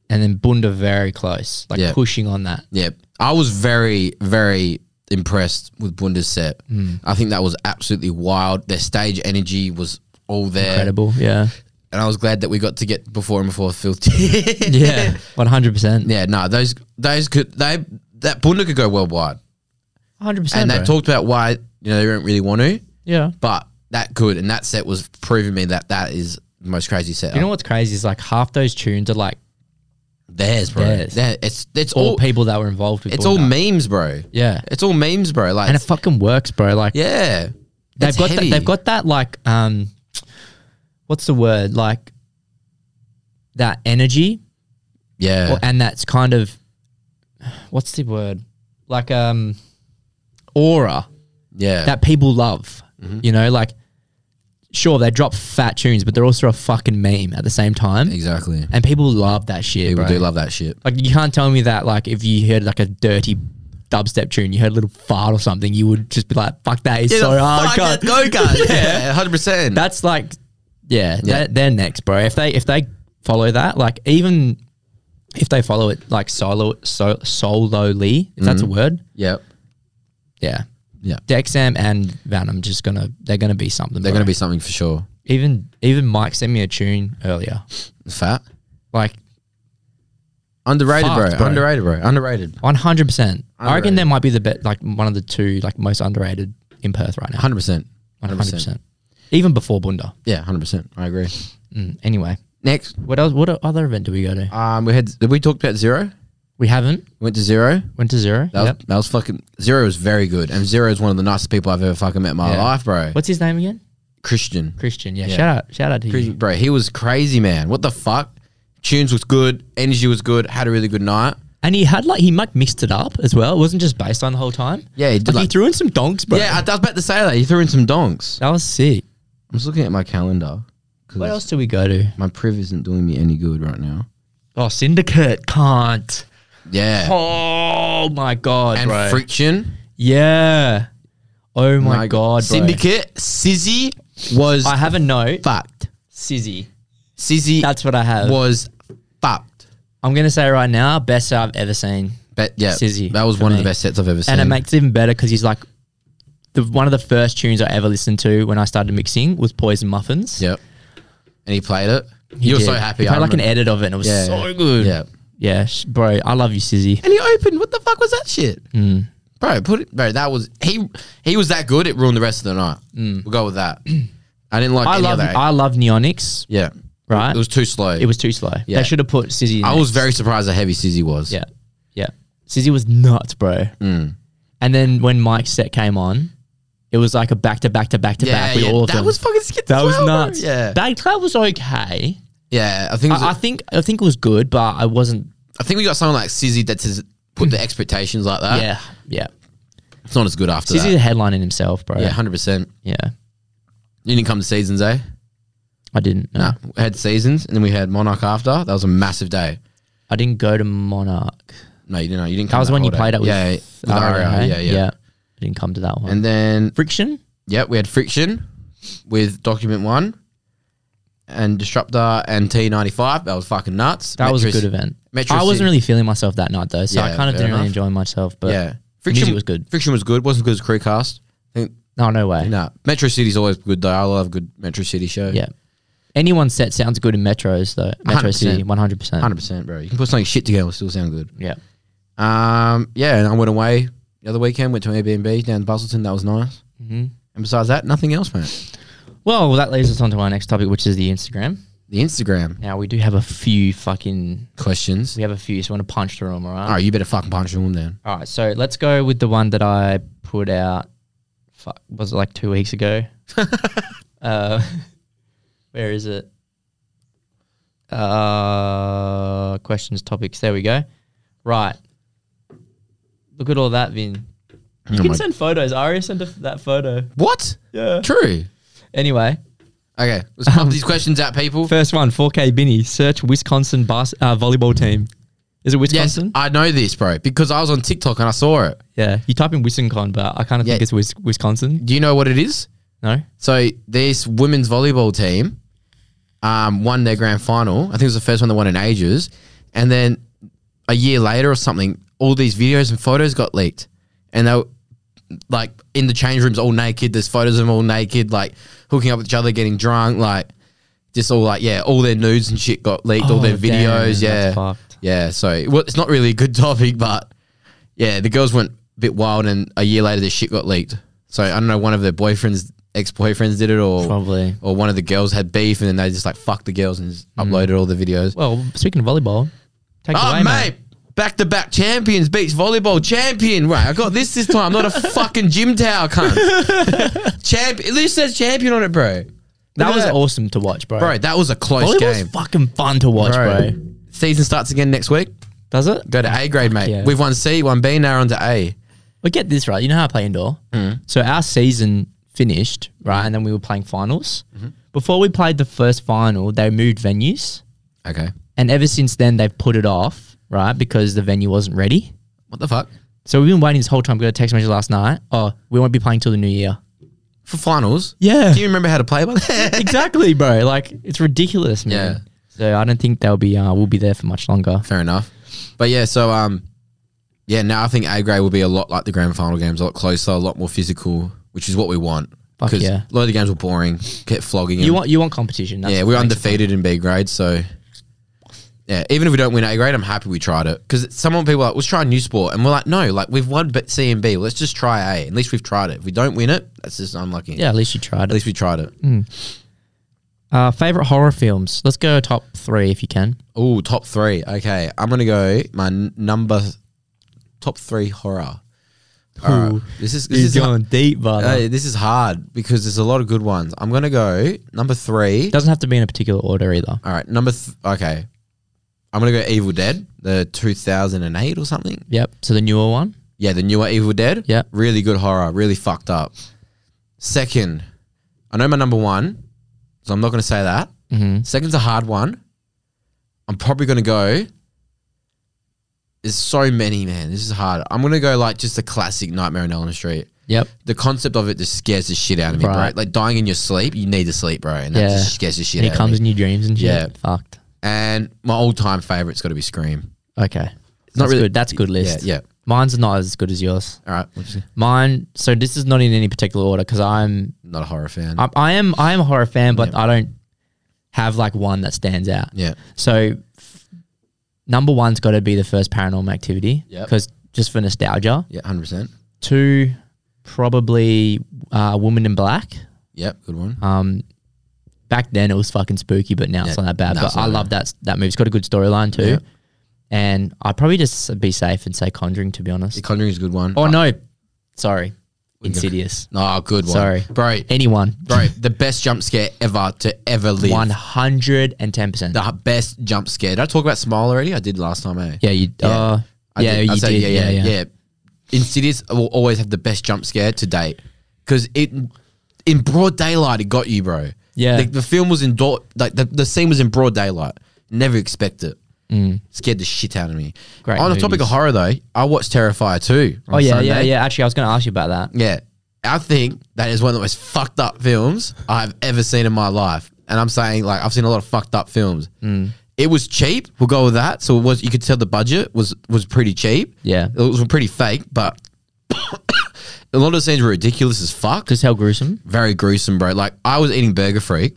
[SPEAKER 3] and then Bunda very close, like
[SPEAKER 2] Yeah.
[SPEAKER 3] pushing on that.
[SPEAKER 2] yeah. I was very, very impressed with Bunda's set.
[SPEAKER 3] Hmm.
[SPEAKER 2] I think that was absolutely wild. Their stage energy was all there.
[SPEAKER 3] Incredible, yeah,
[SPEAKER 2] And I was glad that we got to get before and before filthy.
[SPEAKER 3] yeah, one hundred percent,
[SPEAKER 2] yeah, no, those those could they that Bunda could go worldwide.
[SPEAKER 3] one hundred
[SPEAKER 2] and
[SPEAKER 3] percent.
[SPEAKER 2] they talked about why, you know, they don't really want to.
[SPEAKER 3] yeah,
[SPEAKER 2] but that good and that set was proving me that that is most crazy setup.
[SPEAKER 3] You know what's crazy is like half those tunes are like
[SPEAKER 2] Theirs, bro.
[SPEAKER 3] Theirs.
[SPEAKER 2] There- it's it's
[SPEAKER 3] all
[SPEAKER 2] all
[SPEAKER 3] people that were involved with.
[SPEAKER 2] it's all
[SPEAKER 3] Boondocks.
[SPEAKER 2] memes, bro.
[SPEAKER 3] Yeah,
[SPEAKER 2] It's all memes, bro. Like
[SPEAKER 3] and it fucking works, bro. Like
[SPEAKER 2] yeah,
[SPEAKER 3] they've
[SPEAKER 2] It's
[SPEAKER 3] got that,
[SPEAKER 2] heavy.
[SPEAKER 3] they've got that like um, what's the word like that energy
[SPEAKER 2] yeah.
[SPEAKER 3] Well, and that's kind of what's the word like um aura
[SPEAKER 2] Yeah.
[SPEAKER 3] that people love
[SPEAKER 2] Mm-hmm.
[SPEAKER 3] you know like sure they drop fat tunes but they're also a fucking meme at the same time
[SPEAKER 2] exactly.
[SPEAKER 3] and people love that shit
[SPEAKER 2] People
[SPEAKER 3] bro.
[SPEAKER 2] do love that shit.
[SPEAKER 3] like you can't tell me that like if you heard like a dirty dubstep tune you heard a little fart or something you would just be like fuck that is so hard God.
[SPEAKER 2] go guys. yeah, hundred percent.
[SPEAKER 3] that's like yeah,
[SPEAKER 2] Yeah.
[SPEAKER 3] They're, they're next bro if they if they follow that like even if they follow it like solo so solely if that's a word
[SPEAKER 2] Yep.
[SPEAKER 3] yeah
[SPEAKER 2] Mm-hmm. Yeah.
[SPEAKER 3] Dexam and Venom just gonna they're gonna be something
[SPEAKER 2] They're gonna be something for sure.
[SPEAKER 3] even even Mike sent me a tune earlier
[SPEAKER 2] Fat.
[SPEAKER 3] like
[SPEAKER 2] Underrated,
[SPEAKER 3] Fucked,
[SPEAKER 2] bro.
[SPEAKER 3] bro.
[SPEAKER 2] Underrated, bro. Underrated.
[SPEAKER 3] 100% I reckon
[SPEAKER 2] Underrated.
[SPEAKER 3] there might be the bet like one of the two like most underrated in Perth right now
[SPEAKER 2] Hundred percent.
[SPEAKER 3] 100%. Even before Bunda.
[SPEAKER 2] Yeah, hundred percent. I agree.
[SPEAKER 3] Mm, anyway,
[SPEAKER 2] Next,
[SPEAKER 3] what else? What other event did we go to?
[SPEAKER 2] um, we had did we talked about zero?
[SPEAKER 3] We haven't
[SPEAKER 2] Went to zero.
[SPEAKER 3] went to zero.
[SPEAKER 2] That was,
[SPEAKER 3] Yep.
[SPEAKER 2] that was fucking zero was very good, and zero is one of the nicest people I've ever fucking met in my
[SPEAKER 3] Yeah.
[SPEAKER 2] life, bro.
[SPEAKER 3] What's his name again?
[SPEAKER 2] Christian,
[SPEAKER 3] Christian. Yeah. Shout out. Shout out to
[SPEAKER 2] Christian,
[SPEAKER 3] you.
[SPEAKER 2] bro, he was crazy, man. What the fuck? Tunes was good, energy was good, had a really good night.
[SPEAKER 3] And he had like he like mixed it up as well. It wasn't just bass line the whole time.
[SPEAKER 2] Yeah, he did,
[SPEAKER 3] Like, he
[SPEAKER 2] like-
[SPEAKER 3] threw in some donks, bro.
[SPEAKER 2] Yeah, I, I was about to say that. He threw in some donks.
[SPEAKER 3] that was sick.
[SPEAKER 2] I'm just looking at my calendar
[SPEAKER 3] What
[SPEAKER 2] because
[SPEAKER 3] else did we go to?
[SPEAKER 2] my priv isn't doing me any good right now.
[SPEAKER 3] Oh, Syndicate can't.
[SPEAKER 2] Yeah,
[SPEAKER 3] Oh my god,
[SPEAKER 2] and
[SPEAKER 3] bro.
[SPEAKER 2] friction.
[SPEAKER 3] yeah. Oh my, god, bro.
[SPEAKER 2] syndicate Sizzy was
[SPEAKER 3] I have a note.
[SPEAKER 2] fucked.
[SPEAKER 3] Sizzy.
[SPEAKER 2] Sizzy
[SPEAKER 3] That's what I have.
[SPEAKER 2] was fucked.
[SPEAKER 3] I'm gonna say right now, best I've ever seen.
[SPEAKER 2] But yeah,
[SPEAKER 3] Sizzy
[SPEAKER 2] that was
[SPEAKER 3] for
[SPEAKER 2] one of
[SPEAKER 3] me.
[SPEAKER 2] the best sets I've ever seen.
[SPEAKER 3] and it makes it even better because he's like the one of the first tunes I ever listened to when I started mixing was Poison Muffins.
[SPEAKER 2] Yep. And he played it.
[SPEAKER 3] He
[SPEAKER 2] you were so
[SPEAKER 3] did.
[SPEAKER 2] happy.
[SPEAKER 3] He
[SPEAKER 2] I
[SPEAKER 3] had like an
[SPEAKER 2] remember.
[SPEAKER 3] edit of it, and it was
[SPEAKER 2] Yeah.
[SPEAKER 3] so good.
[SPEAKER 2] Yeah.
[SPEAKER 3] yeah, sh- bro. I love you, Sizzy.
[SPEAKER 2] And he opened. What the fuck was that shit?
[SPEAKER 3] Hmm.
[SPEAKER 2] Bro, put it. Bro, that was he. He was that good. It ruined the rest of the night. We'll go with that. I didn't like.
[SPEAKER 3] Hmm. I
[SPEAKER 2] any
[SPEAKER 3] love
[SPEAKER 2] Of that.
[SPEAKER 3] I love Neonics.
[SPEAKER 2] yeah.
[SPEAKER 3] Right?
[SPEAKER 2] It was too slow.
[SPEAKER 3] It was too slow.
[SPEAKER 2] Yeah.
[SPEAKER 3] They should have put Sizzy. In
[SPEAKER 2] I
[SPEAKER 3] there.
[SPEAKER 2] was very surprised how heavy Sizzy was.
[SPEAKER 3] yeah, yeah. Sizzy was nuts, bro.
[SPEAKER 2] Mm.
[SPEAKER 3] And then when Mike's set came on, it was like a back to back to back to
[SPEAKER 2] Yeah.
[SPEAKER 3] back with
[SPEAKER 2] yeah.
[SPEAKER 3] all of
[SPEAKER 2] that
[SPEAKER 3] them.
[SPEAKER 2] was fucking skit.
[SPEAKER 3] that was
[SPEAKER 2] well, bro.
[SPEAKER 3] nuts.
[SPEAKER 2] Yeah.
[SPEAKER 3] Bagclub was okay.
[SPEAKER 2] yeah. I think. it was-
[SPEAKER 3] I, I think I think it was good, but I wasn't.
[SPEAKER 2] I think we got someone like Sizzy that's his, put the expectations like that.
[SPEAKER 3] yeah, uh, yeah.
[SPEAKER 2] It's not as good after
[SPEAKER 3] Sizzy's a
[SPEAKER 2] that.
[SPEAKER 3] headline in himself, bro.
[SPEAKER 2] Yeah.
[SPEAKER 3] Yeah,
[SPEAKER 2] Hundred percent. You didn't come to seasons, eh?
[SPEAKER 3] I didn't. No,
[SPEAKER 2] Nah, we had seasons, and then we had Monarch after. That was a massive day.
[SPEAKER 3] I didn't go to Monarch.
[SPEAKER 2] No, you didn't. Know. You didn't.
[SPEAKER 3] That
[SPEAKER 2] come
[SPEAKER 3] was the one you
[SPEAKER 2] whole
[SPEAKER 3] played
[SPEAKER 2] day.
[SPEAKER 3] at with, eh?
[SPEAKER 2] yeah, with
[SPEAKER 3] Aria,
[SPEAKER 2] Aria,
[SPEAKER 3] hey?
[SPEAKER 2] yeah, yeah,
[SPEAKER 3] I didn't come to that one.
[SPEAKER 2] And then
[SPEAKER 3] Friction.
[SPEAKER 2] yeah, we had friction with Document One and Disruptor and T ninety five. That was fucking nuts.
[SPEAKER 3] That was a
[SPEAKER 2] Metris-
[SPEAKER 3] good event.
[SPEAKER 2] Metro
[SPEAKER 3] I wasn't
[SPEAKER 2] City.
[SPEAKER 3] really feeling myself that night though, so I
[SPEAKER 2] Yeah,
[SPEAKER 3] kind of
[SPEAKER 2] fair
[SPEAKER 3] didn't really
[SPEAKER 2] enough.
[SPEAKER 3] enjoy myself. But
[SPEAKER 2] Yeah, friction
[SPEAKER 3] music was good.
[SPEAKER 2] Friction was good. wasn't as good as Crewcast. I think
[SPEAKER 3] no, no way.
[SPEAKER 2] nah. Metro City's always good though. I love good Metro City show.
[SPEAKER 3] Yeah, anyone's set sounds good in metros though. Metro
[SPEAKER 2] 100%.
[SPEAKER 3] City, one hundred percent.
[SPEAKER 2] hundred percent, bro. You can put something shit together, it'll still sound good.
[SPEAKER 3] Yeah,
[SPEAKER 2] Um, yeah, and I went away the other weekend. Went to an Airbnb down in Bustleton. That was nice.
[SPEAKER 3] Mm-hmm.
[SPEAKER 2] And besides that, nothing else, man.
[SPEAKER 3] Well, that leads us on to our next topic, which is the Instagram.
[SPEAKER 2] The Instagram
[SPEAKER 3] Now we do have a few fucking.
[SPEAKER 2] questions.
[SPEAKER 3] We have a few, so I want to punch through them. All right.
[SPEAKER 2] All right, you better fucking punch them then.
[SPEAKER 3] All right, so let's go with the one that I put out. Fuck, was it like two weeks ago? uh, where is it? Uh, questions, topics. There we go. Right. Look at all that, Vin. You
[SPEAKER 2] Oh
[SPEAKER 3] can
[SPEAKER 2] my-
[SPEAKER 3] send photos. Aria sent a, that photo.
[SPEAKER 2] What?
[SPEAKER 3] Yeah.
[SPEAKER 2] True.
[SPEAKER 3] Anyway,
[SPEAKER 2] Okay, let's
[SPEAKER 3] Um,
[SPEAKER 2] pump these questions out, people.
[SPEAKER 3] first one, 4K Binny. Search Wisconsin bas- uh, volleyball team. Is it
[SPEAKER 2] Yes,
[SPEAKER 3] Wisconsin?
[SPEAKER 2] I know this, bro, because I was on TikTok and I saw it.
[SPEAKER 3] yeah. You type in Wisconsin, but I kind of
[SPEAKER 2] Yeah.
[SPEAKER 3] think it's Wis- Wisconsin.
[SPEAKER 2] Do you know what it is?
[SPEAKER 3] No.
[SPEAKER 2] So this women's volleyball team um, won their grand final. I think it was the first one they won in ages. And then a year later or something, all these videos and photos got leaked, and they were like in the change rooms all naked. There's photos of them all naked, like hooking up with each other, getting drunk, like just all like yeah, all their nudes and shit got leaked. all
[SPEAKER 3] Oh,
[SPEAKER 2] their videos,
[SPEAKER 3] damn, that's
[SPEAKER 2] yeah,
[SPEAKER 3] fucked.
[SPEAKER 2] yeah. So well, it's not really a good topic, but yeah, the girls went a bit wild, and a year later, this shit got leaked. So I don't know. One of their boyfriends ex boyfriends did it, or
[SPEAKER 3] Probably. Mm.
[SPEAKER 2] or one of the girls had beef, and then they just like fucked the girls and just uploaded all the videos.
[SPEAKER 3] Well, speaking of volleyball, take it
[SPEAKER 2] Oh,
[SPEAKER 3] away,
[SPEAKER 2] mate.
[SPEAKER 3] mate.
[SPEAKER 2] Back to back champions beats volleyball champion. Right, I got this this time. Not a fucking gym tower, cunt. Champ, at least says champion on it, bro. Look
[SPEAKER 3] That
[SPEAKER 2] at
[SPEAKER 3] was awesome to watch, bro.
[SPEAKER 2] bro. That was a close
[SPEAKER 3] Volleyball's
[SPEAKER 2] game,
[SPEAKER 3] fucking fun to watch, bro.
[SPEAKER 2] Season starts again next week.
[SPEAKER 3] Does it?
[SPEAKER 2] Go to A grade, mate.
[SPEAKER 3] yeah.
[SPEAKER 2] We've won C, won B, now on to A.
[SPEAKER 3] But get this right. You know how I play indoor.
[SPEAKER 2] Mm.
[SPEAKER 3] So our season finished right, and then we were playing finals.
[SPEAKER 2] Mm-hmm.
[SPEAKER 3] Before we played the first final, they moved venues,
[SPEAKER 2] Okay.
[SPEAKER 3] and ever since then they've put it off, right, because the venue wasn't ready.
[SPEAKER 2] What the fuck?
[SPEAKER 3] So we've been waiting this whole time. We got a text message last night. Oh, we won't be playing till the new year.
[SPEAKER 2] For finals?
[SPEAKER 3] Yeah.
[SPEAKER 2] Do you remember how to play by that?
[SPEAKER 3] exactly, bro. Like it's ridiculous, man.
[SPEAKER 2] Yeah.
[SPEAKER 3] So I don't think they'll be. Uh, we'll be there for much longer.
[SPEAKER 2] Fair enough. But yeah, so um, yeah, now I think A grade will be a lot like the grand final games, a lot closer, a lot more physical, which is what we want.
[SPEAKER 3] Fuck yeah.
[SPEAKER 2] a lot of the games were boring, get flogging.
[SPEAKER 3] You
[SPEAKER 2] and-
[SPEAKER 3] want you want competition. That's
[SPEAKER 2] yeah,
[SPEAKER 3] what
[SPEAKER 2] we're
[SPEAKER 3] makes it fun.
[SPEAKER 2] undefeated in B grade, so yeah, even if we don't win A grade, I'm happy we tried it because someone people are like let's try a new sport, and we're like no, like we've won B- C and B, let's just try A. At least we've tried it. If we don't win it, that's just unlucky.
[SPEAKER 3] Yeah, at least you tried
[SPEAKER 2] at
[SPEAKER 3] it.
[SPEAKER 2] least we tried it.
[SPEAKER 3] Uh, favorite horror films. Let's go top three if you can.
[SPEAKER 2] Oh, top three. Okay, I'm gonna go my n- number top three horror. All right. This is this is hard,
[SPEAKER 3] deep, but
[SPEAKER 2] this is hard because there's a lot of good ones. I'm gonna go number three.
[SPEAKER 3] it doesn't have to be in a particular order either.
[SPEAKER 2] All right, number th- okay. I'm gonna go Evil Dead, the 2008 or something.
[SPEAKER 3] Yep. So the newer one.
[SPEAKER 2] Yeah, the newer Evil Dead.
[SPEAKER 3] Yeah.
[SPEAKER 2] really good horror, really fucked up. Second, I know my number one, so I'm not gonna say that.
[SPEAKER 3] Mm-hmm.
[SPEAKER 2] Second's a hard one. I'm probably gonna go. There's so many, man. This is hard. I'm gonna go like just a classic Nightmare on Elm Street.
[SPEAKER 3] Yep.
[SPEAKER 2] The concept of it just scares the shit out of me,
[SPEAKER 3] Right.
[SPEAKER 2] bro. Like dying in your sleep, you need to sleep, bro, and that
[SPEAKER 3] Yeah.
[SPEAKER 2] just scares the shit
[SPEAKER 3] And
[SPEAKER 2] out
[SPEAKER 3] it comes
[SPEAKER 2] of me.
[SPEAKER 3] in your dreams and shit.
[SPEAKER 2] Yeah.
[SPEAKER 3] Fucked.
[SPEAKER 2] and my all-time favorite's got to be Scream.
[SPEAKER 3] Okay. It's
[SPEAKER 2] not
[SPEAKER 3] not
[SPEAKER 2] really-
[SPEAKER 3] really good. That's a good list.
[SPEAKER 2] Yeah, yeah.
[SPEAKER 3] Mine's not as good as yours.
[SPEAKER 2] All right, what'd you say?
[SPEAKER 3] Mine. So this is not in any particular order because I'm,
[SPEAKER 2] not a horror fan.
[SPEAKER 3] I'm I am I am a horror fan, but I don't have like one that stands out.
[SPEAKER 2] yeah,
[SPEAKER 3] So f- number one's got to be the first Paranormal Activity
[SPEAKER 2] Yep.
[SPEAKER 3] because just for nostalgia.
[SPEAKER 2] yeah, hundred percent.
[SPEAKER 3] Two, probably uh, Woman in Black.
[SPEAKER 2] Yep, good one.
[SPEAKER 3] Um, back then it was fucking spooky, but now it's
[SPEAKER 2] Yeah,
[SPEAKER 3] not that bad.
[SPEAKER 2] now it's
[SPEAKER 3] But
[SPEAKER 2] not
[SPEAKER 3] I
[SPEAKER 2] bad.
[SPEAKER 3] love that that movie. It's got a good storyline too.
[SPEAKER 2] Yeah.
[SPEAKER 3] And I'd probably just be safe and say Conjuring to be honest.
[SPEAKER 2] the Conjuring's a good one.
[SPEAKER 3] oh no, sorry,
[SPEAKER 2] can-
[SPEAKER 3] Insidious.
[SPEAKER 2] no, good one.
[SPEAKER 3] Sorry.
[SPEAKER 2] bro,
[SPEAKER 3] Anyone,
[SPEAKER 2] bro, the best jump scare ever to ever live.
[SPEAKER 3] one hundred and ten percent.
[SPEAKER 2] the h- best jump scare. Did I talk about Smile already? I did last time, eh?
[SPEAKER 3] Yeah, you.
[SPEAKER 2] Yeah.
[SPEAKER 3] Uh,
[SPEAKER 2] I
[SPEAKER 3] yeah,
[SPEAKER 2] I
[SPEAKER 3] you
[SPEAKER 2] said,
[SPEAKER 3] did.
[SPEAKER 2] Yeah, yeah, yeah, Insidious will always have the best jump scare to date because it in broad daylight it got you, bro.
[SPEAKER 3] Yeah.
[SPEAKER 2] the, the film was in door like the, the scene was in broad daylight. Never expect it. Scared the shit out of me.
[SPEAKER 3] Mm. Great
[SPEAKER 2] On the topic of
[SPEAKER 3] movies.
[SPEAKER 2] horror though, I watched Terrifier too.
[SPEAKER 3] Oh yeah, yeah, yeah. Actually, I was going to ask you about that.
[SPEAKER 2] Yeah. I think that is one of the most fucked up films I've ever seen in my life. And I'm saying like I've seen a lot of fucked up films.
[SPEAKER 3] Mm.
[SPEAKER 2] It was cheap. We'll go with that. So it was you could tell the budget was was pretty cheap.
[SPEAKER 3] Yeah.
[SPEAKER 2] It was pretty fake, but a lot of the scenes were ridiculous as fuck.
[SPEAKER 3] Just how gruesome.
[SPEAKER 2] Very gruesome, bro. Like I was eating Burger Freak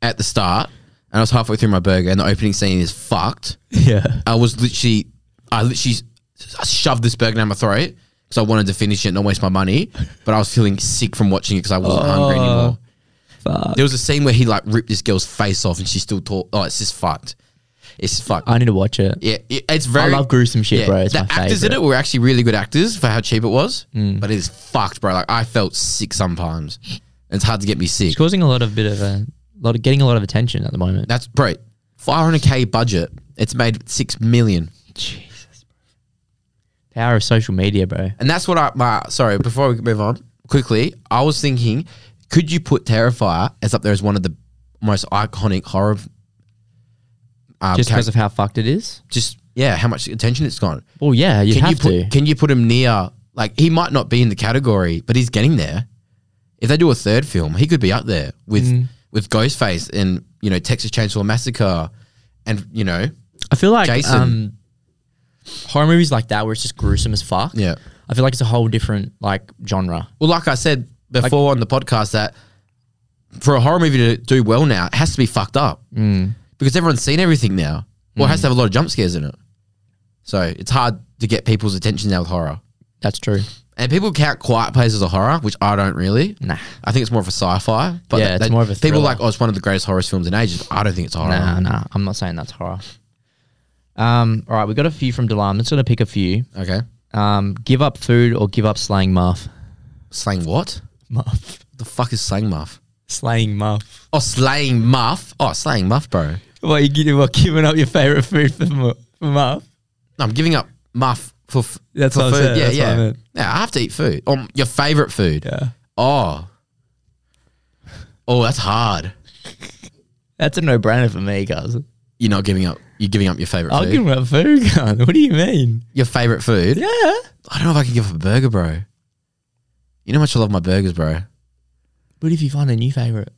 [SPEAKER 2] at the start and I was halfway through my burger and the opening scene is fucked.
[SPEAKER 3] Yeah.
[SPEAKER 2] I was literally, I literally s- shoved this burger down my throat because I wanted to finish it and not waste my money. But I was feeling sick from watching it because I wasn't hungry
[SPEAKER 3] Oh,
[SPEAKER 2] anymore. There was a scene where he like ripped this girl's face off and she still talked. Oh, it's just fucked. It's just fucked.
[SPEAKER 3] I need to watch it.
[SPEAKER 2] yeah, it- it's very.
[SPEAKER 3] love gruesome shit, bro. It's
[SPEAKER 2] the
[SPEAKER 3] my Mm.
[SPEAKER 2] actors in it
[SPEAKER 3] favourite.
[SPEAKER 2] were actually really good actors for how cheap it was, but it is fucked, bro. Like I felt sick sometimes. It's hard to get me sick.
[SPEAKER 3] It's causing a lot of bit of a lot of getting a lot of attention at the moment.
[SPEAKER 2] That's bro. 500k budget. It's made six million.
[SPEAKER 3] Jesus. Power of social media, bro.
[SPEAKER 2] And that's what I my sorry, before we move on, quickly, I was thinking, could you put Terrifier as up there as one of the most iconic horror um,
[SPEAKER 3] Just
[SPEAKER 2] just,
[SPEAKER 3] because of how fucked it is.
[SPEAKER 2] just yeah, how much attention it's gone.
[SPEAKER 3] Well, yeah, you
[SPEAKER 2] Can
[SPEAKER 3] have
[SPEAKER 2] you put
[SPEAKER 3] to.
[SPEAKER 2] can you put him near like he might not be in the category, but he's getting there. If they do a third film, he could be up there with
[SPEAKER 3] Mm.
[SPEAKER 2] with Ghostface and, you know, Texas Chainsaw Massacre and you know
[SPEAKER 3] I feel like
[SPEAKER 2] Jason.
[SPEAKER 3] um, horror movies like that, where it's just gruesome as fuck.
[SPEAKER 2] Yeah.
[SPEAKER 3] I feel like it's a whole different like genre.
[SPEAKER 2] Well, like I said before on the podcast, that for a horror movie to do well now, it has to be fucked up mm. because everyone's seen everything now, or it
[SPEAKER 3] Mm.
[SPEAKER 2] has to have a lot of jump scares in it. So it's hard to get people's attention now with horror.
[SPEAKER 3] That's true.
[SPEAKER 2] And people count Quiet Place as a horror, which I don't really.
[SPEAKER 3] Nah.
[SPEAKER 2] I think it's more of a sci-fi. But
[SPEAKER 3] Yeah, it's more of a
[SPEAKER 2] people
[SPEAKER 3] thriller.
[SPEAKER 2] like, oh, it's one of the greatest horror films in ages. I don't think it's a horror.
[SPEAKER 3] Nah, nah. I'm not saying that's horror. Um, all right, we got a few from Delam. I'm just gonna pick a few.
[SPEAKER 2] Okay,
[SPEAKER 3] Um, give up food or give up slaying muff.
[SPEAKER 2] slaying what?
[SPEAKER 3] Muff.
[SPEAKER 2] The fuck is slaying muff?
[SPEAKER 3] Slaying muff.
[SPEAKER 2] Oh, slaying muff. Oh, slaying muff, bro.
[SPEAKER 3] What you giving? What giving up your favorite food for, mu- for muff?
[SPEAKER 2] No, I'm giving up muff for f-
[SPEAKER 3] That's
[SPEAKER 2] for
[SPEAKER 3] what I
[SPEAKER 2] food.
[SPEAKER 3] said,
[SPEAKER 2] yeah,
[SPEAKER 3] that's what I
[SPEAKER 2] yeah.
[SPEAKER 3] meant.
[SPEAKER 2] yeah, I have to eat food. Um, your favorite food.
[SPEAKER 3] Yeah,
[SPEAKER 2] Oh. Oh, that's hard.
[SPEAKER 3] that's a no-brainer for me, guys.
[SPEAKER 2] You're not giving up. You're giving up your favorite
[SPEAKER 3] I'll
[SPEAKER 2] food.
[SPEAKER 3] give up food, gun. What do you mean?
[SPEAKER 2] your favorite food.
[SPEAKER 3] Yeah.
[SPEAKER 2] I don't know if I can give up a burger, bro. You know how much I love my burgers, bro.
[SPEAKER 3] What if you find a new favorite?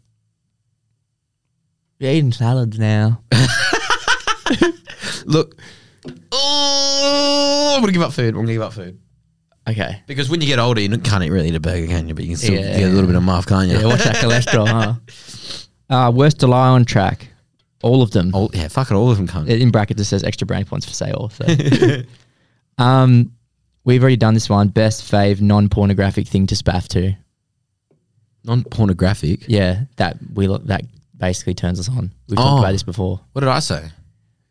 [SPEAKER 3] You're eating salads now.
[SPEAKER 2] Look. Oh, I'm gonna give up food. I'm gonna give up food
[SPEAKER 3] Okay.
[SPEAKER 2] because when you get older, you can't eat really eat a burger, can you? But you can still
[SPEAKER 3] Yeah.
[SPEAKER 2] get a little bit of muff, can't you?
[SPEAKER 3] Yeah, watch that cholesterol, huh? Uh, worst to lie on track. All of them.
[SPEAKER 2] All, yeah, fuck it, all of them can't.
[SPEAKER 3] In brackets, it says extra brain points for sale. So. um, we've already done this one. Best fave non pornographic thing to spaff to.
[SPEAKER 2] Non-pornographic.
[SPEAKER 3] Yeah, that we lo- that basically turns us on. We've
[SPEAKER 2] Oh.
[SPEAKER 3] talked about this before.
[SPEAKER 2] What did I say?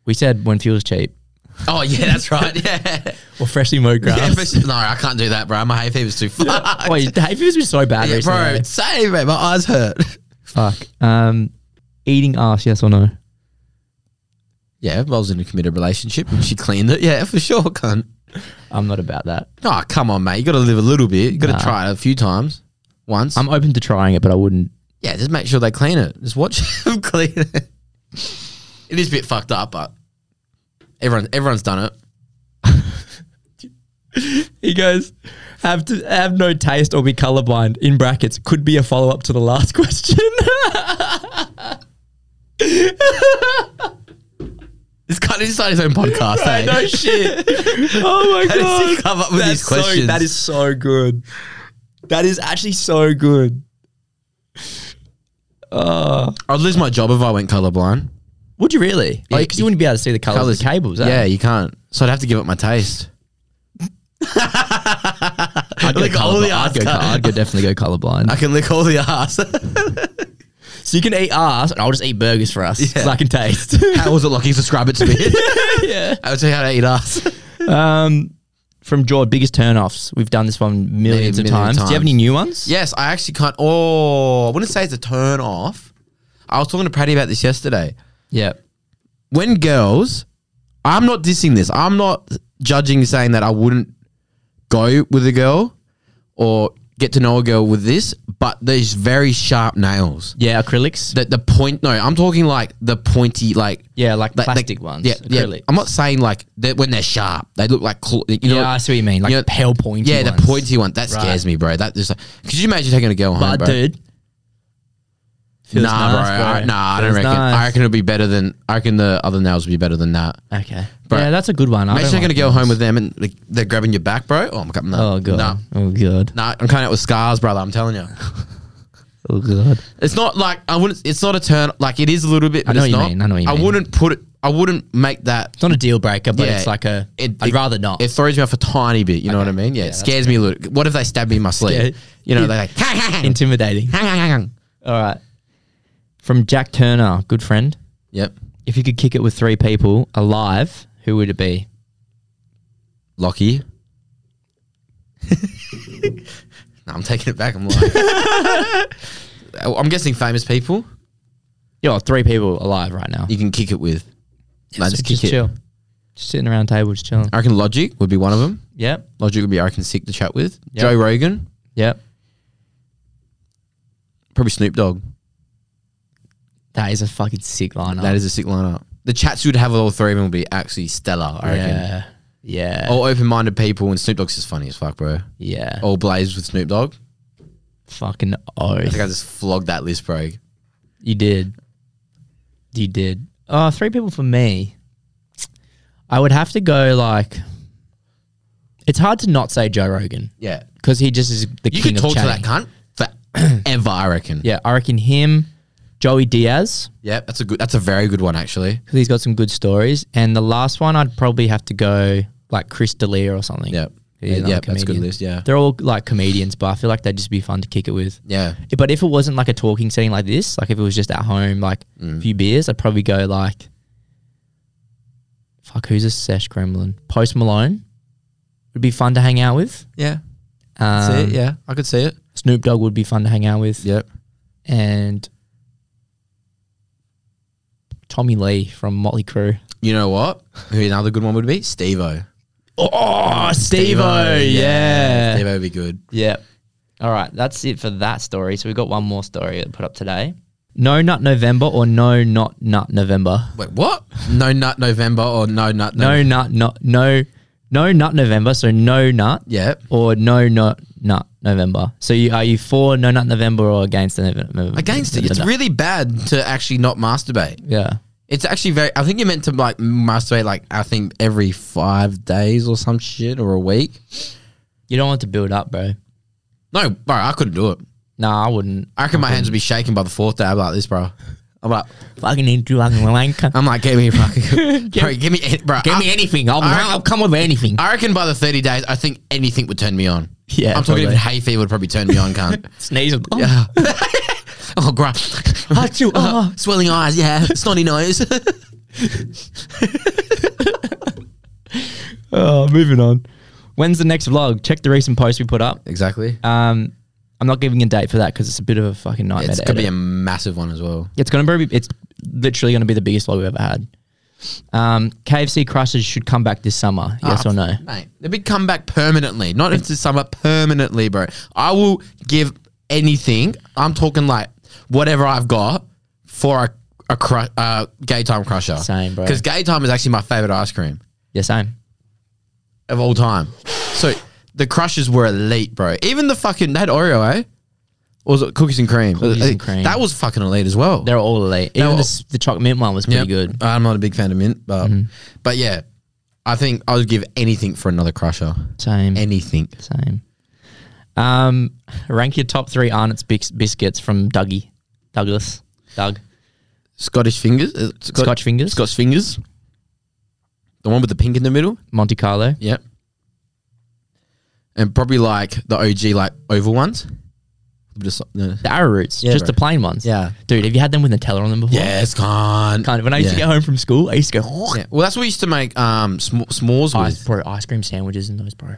[SPEAKER 3] We said when fuel's cheap
[SPEAKER 2] Oh yeah, that's right. Yeah.
[SPEAKER 3] or freshly mowed
[SPEAKER 2] Yeah, but- no, I can't do that, bro. My hay fever's too fucked.
[SPEAKER 3] Wait, hay fever's been so bad
[SPEAKER 2] Yeah,
[SPEAKER 3] recently.
[SPEAKER 2] bro,
[SPEAKER 3] eh?
[SPEAKER 2] save mate. My eyes hurt.
[SPEAKER 3] Fuck. Um, eating ass, yes or no?
[SPEAKER 2] Yeah, I was in a committed relationship and she cleaned it. Yeah, for sure, cunt.
[SPEAKER 3] I'm not about that.
[SPEAKER 2] No, come on, mate. You got to live a little bit. You got to
[SPEAKER 3] Nah.
[SPEAKER 2] try it a few times. Once.
[SPEAKER 3] I'm open to trying it, but I wouldn't.
[SPEAKER 2] Um, yeah, just make sure they clean it. Just watch them clean it. It is a bit fucked up, but everyone, everyone's done it.
[SPEAKER 3] He goes, have to have no taste or be colorblind. In brackets, could be a follow up to the last question.
[SPEAKER 2] This cunt is starting his own podcast, eh?
[SPEAKER 3] no shit. Oh my
[SPEAKER 2] How does he
[SPEAKER 3] god.
[SPEAKER 2] come up with these
[SPEAKER 3] so,
[SPEAKER 2] questions?
[SPEAKER 3] that is so good. That is actually so good. Oh,
[SPEAKER 2] I'd lose my job if I went colorblind.
[SPEAKER 3] would you really?
[SPEAKER 2] Yeah,
[SPEAKER 3] Because you wouldn't be able to see the colors,
[SPEAKER 2] Colours-
[SPEAKER 3] of the cables. eh?
[SPEAKER 2] Yeah, you can't. So I'd have to give up my taste.
[SPEAKER 3] I'd go,
[SPEAKER 2] Like, all
[SPEAKER 3] colorblind.
[SPEAKER 2] the
[SPEAKER 3] I'd, go,
[SPEAKER 2] ass
[SPEAKER 3] co-
[SPEAKER 2] cut.
[SPEAKER 3] I'd go definitely go colorblind.
[SPEAKER 2] I can lick all the ass.
[SPEAKER 3] So you can eat ours, and I'll just eat burgers for us.
[SPEAKER 2] Yeah.
[SPEAKER 3] So I can taste.
[SPEAKER 2] how was it, Lockie? Subscribe it to me.
[SPEAKER 3] yeah.
[SPEAKER 2] I would say how to eat ass.
[SPEAKER 3] Um, from George, biggest turnoffs. We've done this one millions of
[SPEAKER 2] Million
[SPEAKER 3] times. Do you have
[SPEAKER 2] times.
[SPEAKER 3] any new ones?
[SPEAKER 2] Yes, I actually can't. Oh, I wouldn't say it's a turn off. I was talking to Pratty about this yesterday.
[SPEAKER 3] Yeah.
[SPEAKER 2] When girls, I'm not dissing this. I'm not judging, saying that I wouldn't go with a girl or get to know a girl with this, but these very sharp nails.
[SPEAKER 3] Yeah, acrylics.
[SPEAKER 2] That the point. No, I'm talking like the pointy, like
[SPEAKER 3] yeah, like
[SPEAKER 2] like-
[SPEAKER 3] plastic
[SPEAKER 2] like-
[SPEAKER 3] ones.
[SPEAKER 2] Yeah, yeah.
[SPEAKER 3] acrylic.
[SPEAKER 2] I'm not saying like that when they're sharp. They look like cl- you know.
[SPEAKER 3] yeah, I see what you mean. Like
[SPEAKER 2] you know-
[SPEAKER 3] pale pointy.
[SPEAKER 2] yeah,
[SPEAKER 3] ones.
[SPEAKER 2] the pointy one that scares
[SPEAKER 3] Right.
[SPEAKER 2] me, bro. That just like, could you imagine taking a girl home,
[SPEAKER 3] But
[SPEAKER 2] bro?
[SPEAKER 3] dude, feels
[SPEAKER 2] nah,
[SPEAKER 3] nice,
[SPEAKER 2] bro.
[SPEAKER 3] bro.
[SPEAKER 2] I, nah, I don't
[SPEAKER 3] Feels
[SPEAKER 2] reckon.
[SPEAKER 3] nice.
[SPEAKER 2] I reckon it'll be better than. I reckon the other nails would be better than that.
[SPEAKER 3] okay.
[SPEAKER 2] Bro.
[SPEAKER 3] Yeah, that's a good one. I
[SPEAKER 2] Imagine
[SPEAKER 3] don't
[SPEAKER 2] you're gonna
[SPEAKER 3] like
[SPEAKER 2] go
[SPEAKER 3] those.
[SPEAKER 2] home with them and like, they're grabbing your back, bro. Oh my god, nah,
[SPEAKER 3] Oh god.
[SPEAKER 2] nah,
[SPEAKER 3] Oh god.
[SPEAKER 2] nah. I'm coming out with scars, brother. I'm telling you,
[SPEAKER 3] Oh god.
[SPEAKER 2] it's not like I wouldn't. It's not a turn. Like it is a little bit. But
[SPEAKER 3] know
[SPEAKER 2] it's
[SPEAKER 3] what you
[SPEAKER 2] not.
[SPEAKER 3] mean, I know what you
[SPEAKER 2] I
[SPEAKER 3] mean.
[SPEAKER 2] wouldn't put it. I wouldn't make that.
[SPEAKER 3] It's not a deal breaker, but
[SPEAKER 2] Yeah,
[SPEAKER 3] it's like a.
[SPEAKER 2] it-
[SPEAKER 3] would
[SPEAKER 2] it-
[SPEAKER 3] rather not.
[SPEAKER 2] It throws me off a tiny bit. You know what
[SPEAKER 3] Okay.
[SPEAKER 2] I mean? Yeah,
[SPEAKER 3] Yeah,
[SPEAKER 2] it
[SPEAKER 3] that's
[SPEAKER 2] scares me a little. What if they stab me in my sleep?
[SPEAKER 3] Yeah.
[SPEAKER 2] You know, they're like, hang, hang, hang,
[SPEAKER 3] intimidating.
[SPEAKER 2] hang, hang, hang, hang.
[SPEAKER 3] All right. From Jack Turner, good friend.
[SPEAKER 2] Yep.
[SPEAKER 3] If you could kick it with three people alive, who would it be?
[SPEAKER 2] Lockie. no, I'm taking it back. I'm like, I'm guessing famous people
[SPEAKER 3] Yo, three people alive right now.
[SPEAKER 2] you can kick it with. No, just kick it.
[SPEAKER 3] chill. Just sitting around table, just chilling.
[SPEAKER 2] I reckon Logic would be one of them.
[SPEAKER 3] Yep.
[SPEAKER 2] Logic would be, I reckon, sick to chat with.
[SPEAKER 3] Yep.
[SPEAKER 2] Joe Rogan,
[SPEAKER 3] Yep.
[SPEAKER 2] probably Snoop Dogg.
[SPEAKER 3] That is a fucking sick lineup.
[SPEAKER 2] That is a sick lineup. The chats you'd have with all three of them would be actually stellar, I reckon. Oh.
[SPEAKER 3] Yeah. Yeah.
[SPEAKER 2] All open minded people, and Snoop Dogg's just funny as fuck, bro.
[SPEAKER 3] Yeah.
[SPEAKER 2] All blazed with Snoop Dogg.
[SPEAKER 3] Fucking
[SPEAKER 2] I think I
[SPEAKER 3] oath.
[SPEAKER 2] just flogged that list, bro.
[SPEAKER 3] You did. You did. Oh, three people for me. I would have to go like. It's hard to not say Joe Rogan
[SPEAKER 2] Yeah.
[SPEAKER 3] because he just is the
[SPEAKER 2] You
[SPEAKER 3] king
[SPEAKER 2] could
[SPEAKER 3] of
[SPEAKER 2] talk to
[SPEAKER 3] chatting.
[SPEAKER 2] that cunt forever, I reckon.
[SPEAKER 3] Yeah, I reckon him, Joey Diaz,
[SPEAKER 2] Yeah, that's a good. That's a very good one, actually.
[SPEAKER 3] because he's got some good stories. And the last one, I'd probably have to go like Chris D'Elia or something.
[SPEAKER 2] Yeah. Yeah,
[SPEAKER 3] another
[SPEAKER 2] yeah, that's a good
[SPEAKER 3] comedian.
[SPEAKER 2] list, yeah.
[SPEAKER 3] They're all like comedians, but I feel like they'd just be fun to kick it with.
[SPEAKER 2] Yeah.
[SPEAKER 3] But if it wasn't like a talking setting like this, like if it was just at home, like a few beers, I'd probably go like, fuck, who's a sesh gremlin? Post Malone would be fun to hang out with.
[SPEAKER 2] Yeah.
[SPEAKER 3] Um,
[SPEAKER 2] see it, yeah. I could see it.
[SPEAKER 3] Snoop Dogg would be fun to hang out with.
[SPEAKER 2] Yep.
[SPEAKER 3] And Tommy Lee from Motley Crue.
[SPEAKER 2] You know what? Who another good one would be? Steve O.
[SPEAKER 3] Oh,
[SPEAKER 2] Steve O would be good.
[SPEAKER 3] Yeah. All right, that's it for that story. So we've got one more story to put up today. No Nut November or No Not Nut November?
[SPEAKER 2] Wait, what? No Nut November or No Nut
[SPEAKER 3] No Nut Not No No Nut November. So No Nut
[SPEAKER 2] Yep.
[SPEAKER 3] or No Nut Nut November. So you are you for No Nut November or against the November?
[SPEAKER 2] Against it. It's really bad to actually not masturbate.
[SPEAKER 3] yeah.
[SPEAKER 2] It's actually very, I think you're meant to like masturbate like, I think every five days or some shit or a week.
[SPEAKER 3] You don't want to build up, bro.
[SPEAKER 2] No, bro, I couldn't do it.
[SPEAKER 3] Nah, I wouldn't.
[SPEAKER 2] I reckon my hands would be shaking by the fourth day. I'm like this, bro. I'm like,
[SPEAKER 3] Fucking need to fucking wank.
[SPEAKER 2] I'm like, give me fucking, bro, give me, any- bro,
[SPEAKER 3] Give
[SPEAKER 2] I,
[SPEAKER 3] me anything. I'll,
[SPEAKER 2] I-
[SPEAKER 3] I'll come with anything.
[SPEAKER 2] I reckon by the 30 days, I think anything would turn me on.
[SPEAKER 3] Yeah,
[SPEAKER 2] I'm talking
[SPEAKER 3] probably.
[SPEAKER 2] even hay fever would probably turn me on, cunt.
[SPEAKER 3] Sneeze. Oh,
[SPEAKER 2] Yeah. oh, grunt.
[SPEAKER 3] Achoo, ah.
[SPEAKER 2] swelling eyes, yeah. Snotty nose.
[SPEAKER 3] Oh, moving on. When's the next vlog? Check the recent post we put up.
[SPEAKER 2] exactly.
[SPEAKER 3] Um, I'm not giving a date for that because it's a bit of a fucking nightmare.
[SPEAKER 2] It's
[SPEAKER 3] to
[SPEAKER 2] could be a
[SPEAKER 3] edit.
[SPEAKER 2] massive one as well.
[SPEAKER 3] it's gonna be. It's literally gonna be the biggest vlog we've ever had. Um, KFC crushes should come back this summer. Yes
[SPEAKER 2] Ah,
[SPEAKER 3] or no?
[SPEAKER 2] Mate, they big comeback permanently. Not into summer, permanently, bro. I will give anything. I'm talking like whatever I've got for a, a cru- uh, gay time crusher.
[SPEAKER 3] Same, bro.
[SPEAKER 2] Because gay time is actually my favorite ice cream
[SPEAKER 3] Yeah, same.
[SPEAKER 2] of all time. So the crushers were elite, bro. Even the fucking, they had Oreo, eh? Or was it cookies and cream?
[SPEAKER 3] Cookies and cream.
[SPEAKER 2] That was fucking elite as well.
[SPEAKER 3] They're all elite.
[SPEAKER 2] They're
[SPEAKER 3] Even
[SPEAKER 2] all-
[SPEAKER 3] the, s- the chocolate mint one was pretty
[SPEAKER 2] Yep.
[SPEAKER 3] good. Mm-hmm.
[SPEAKER 2] I'm not a big fan of mint, but but yeah, I think I would give anything for another crusher.
[SPEAKER 3] Same.
[SPEAKER 2] Anything.
[SPEAKER 3] same. Um, rank your top three Arnott's bis- biscuits from Dougie, Douglas, Doug,
[SPEAKER 2] Scottish fingers. uh, Scot-
[SPEAKER 3] Scotch fingers,
[SPEAKER 2] Scotch fingers. The one with the pink in the middle.
[SPEAKER 3] Monte Carlo.
[SPEAKER 2] Yep. And probably like the OG like oval ones. Bit of so- no.
[SPEAKER 3] The arrowroots,
[SPEAKER 2] Yeah,
[SPEAKER 3] just
[SPEAKER 2] bro.
[SPEAKER 3] the plain ones.
[SPEAKER 2] Yeah.
[SPEAKER 3] Dude, have you had them with Nutella on them before?
[SPEAKER 2] Yes, con.
[SPEAKER 3] Kind of. When I used to
[SPEAKER 2] Yeah.
[SPEAKER 3] get home from school, I used to go, "Oh,
[SPEAKER 2] Yeah. Well, that's what we used to make um sm- s'mores
[SPEAKER 3] ice,
[SPEAKER 2] with.
[SPEAKER 3] bro, ice cream sandwiches in those, bro.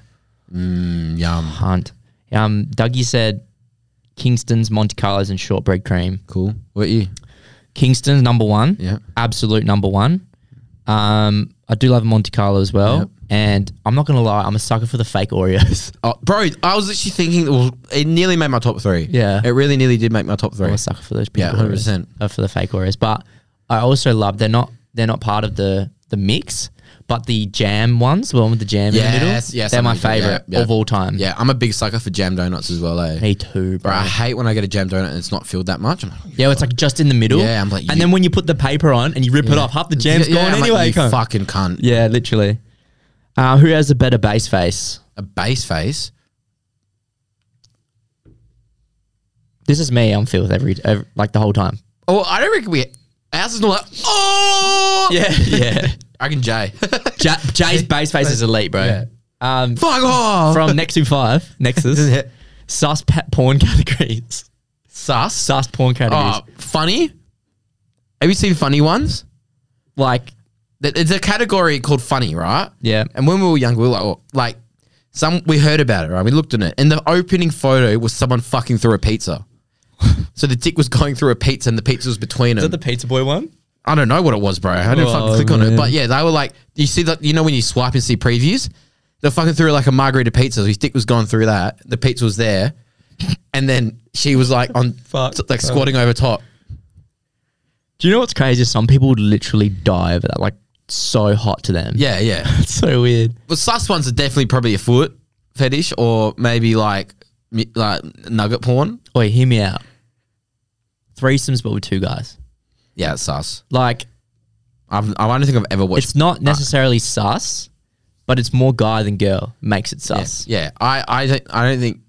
[SPEAKER 2] Mm, yum.
[SPEAKER 3] Hunt. Um, Dougie said Kingston's, Monte Carlos, and shortbread cream.
[SPEAKER 2] Cool. What you?
[SPEAKER 3] Kingston's number one.
[SPEAKER 2] Yeah.
[SPEAKER 3] Absolute number one. Um, I do love Monte Carlo as well.
[SPEAKER 2] Yep.
[SPEAKER 3] And I'm not going to lie, I'm a sucker for the fake Oreos.
[SPEAKER 2] Oh, bro, I was actually thinking well, it nearly made my top three.
[SPEAKER 3] Yeah.
[SPEAKER 2] It really nearly did make my top
[SPEAKER 3] I'm
[SPEAKER 2] three.
[SPEAKER 3] a sucker for those
[SPEAKER 2] Yeah,
[SPEAKER 3] pink Oreos,
[SPEAKER 2] 100%.
[SPEAKER 3] uh, for the fake Oreos. But I also love, they're not, they're not part of the, the mix, but the jam ones, the one with the jam in the middle,
[SPEAKER 2] Yes, yes, I
[SPEAKER 3] they're
[SPEAKER 2] know
[SPEAKER 3] my
[SPEAKER 2] what you mean. Yeah,
[SPEAKER 3] favorite
[SPEAKER 2] yeah.
[SPEAKER 3] of all time.
[SPEAKER 2] Yeah, I'm a big sucker for jam donuts as well, eh?
[SPEAKER 3] Me too, bro.
[SPEAKER 2] Bro, I hate when I get a jam donut and it's not filled that much. I'm like,
[SPEAKER 3] Yeah, it's like just in the middle.
[SPEAKER 2] Yeah, I'm like, you-
[SPEAKER 3] and then when you put the paper on and you rip it off, half the jam's
[SPEAKER 2] Yeah, yeah,
[SPEAKER 3] gone
[SPEAKER 2] I'm like,
[SPEAKER 3] anyway.
[SPEAKER 2] you
[SPEAKER 3] cunt.
[SPEAKER 2] fucking cunt.
[SPEAKER 3] yeah, literally. Uh, who has a better base face?
[SPEAKER 2] A base face.
[SPEAKER 3] This is me. I'm filled every, every like the whole time.
[SPEAKER 2] Oh, I don't reckon we. Ours is not like, oh!
[SPEAKER 3] yeah.
[SPEAKER 2] I can Jay.
[SPEAKER 3] J- Jay's base face is elite, bro.
[SPEAKER 2] Yeah.
[SPEAKER 3] Um,
[SPEAKER 2] Fuck off!
[SPEAKER 3] from next to five, Nexus. Sus pet porn categories.
[SPEAKER 2] Sus.
[SPEAKER 3] Sus porn categories.
[SPEAKER 2] Oh, funny? Have you seen funny ones?
[SPEAKER 3] Like,
[SPEAKER 2] Th- It's a category called funny, right?
[SPEAKER 3] yeah,
[SPEAKER 2] And when we were younger, we were like, oh, like some we heard about it, right? We looked in it, and the opening photo was someone fucking through a pizza. so the dick was going through a pizza, and the pizza was between them.
[SPEAKER 3] pizza boy one?
[SPEAKER 2] I don't know what it was, bro. I didn't fucking
[SPEAKER 3] Oh,
[SPEAKER 2] click on it,
[SPEAKER 3] man.
[SPEAKER 2] but yeah, they were like, you see that? You know when you swipe and see previews, they fucking threw like a margarita pizza. So his dick was going through that. The pizza was there, and then she was like on
[SPEAKER 3] Fuck.
[SPEAKER 2] like squatting over top.
[SPEAKER 3] Do you know what's crazy? Some people would literally die over that. Like, so hot to them.
[SPEAKER 2] Yeah, yeah.
[SPEAKER 3] It's so weird.
[SPEAKER 2] Well, sus ones are definitely probably a foot fetish, or maybe like mi- like nugget porn.
[SPEAKER 3] Wait, hear me out. Threesomes, but with two guys.
[SPEAKER 2] Yeah, it's sus.
[SPEAKER 3] Like,
[SPEAKER 2] I've, I don't think I've ever watched.
[SPEAKER 3] it's not necessarily sus, but it's more guy than girl. Makes it sus.
[SPEAKER 2] yeah, I I don't, I don't think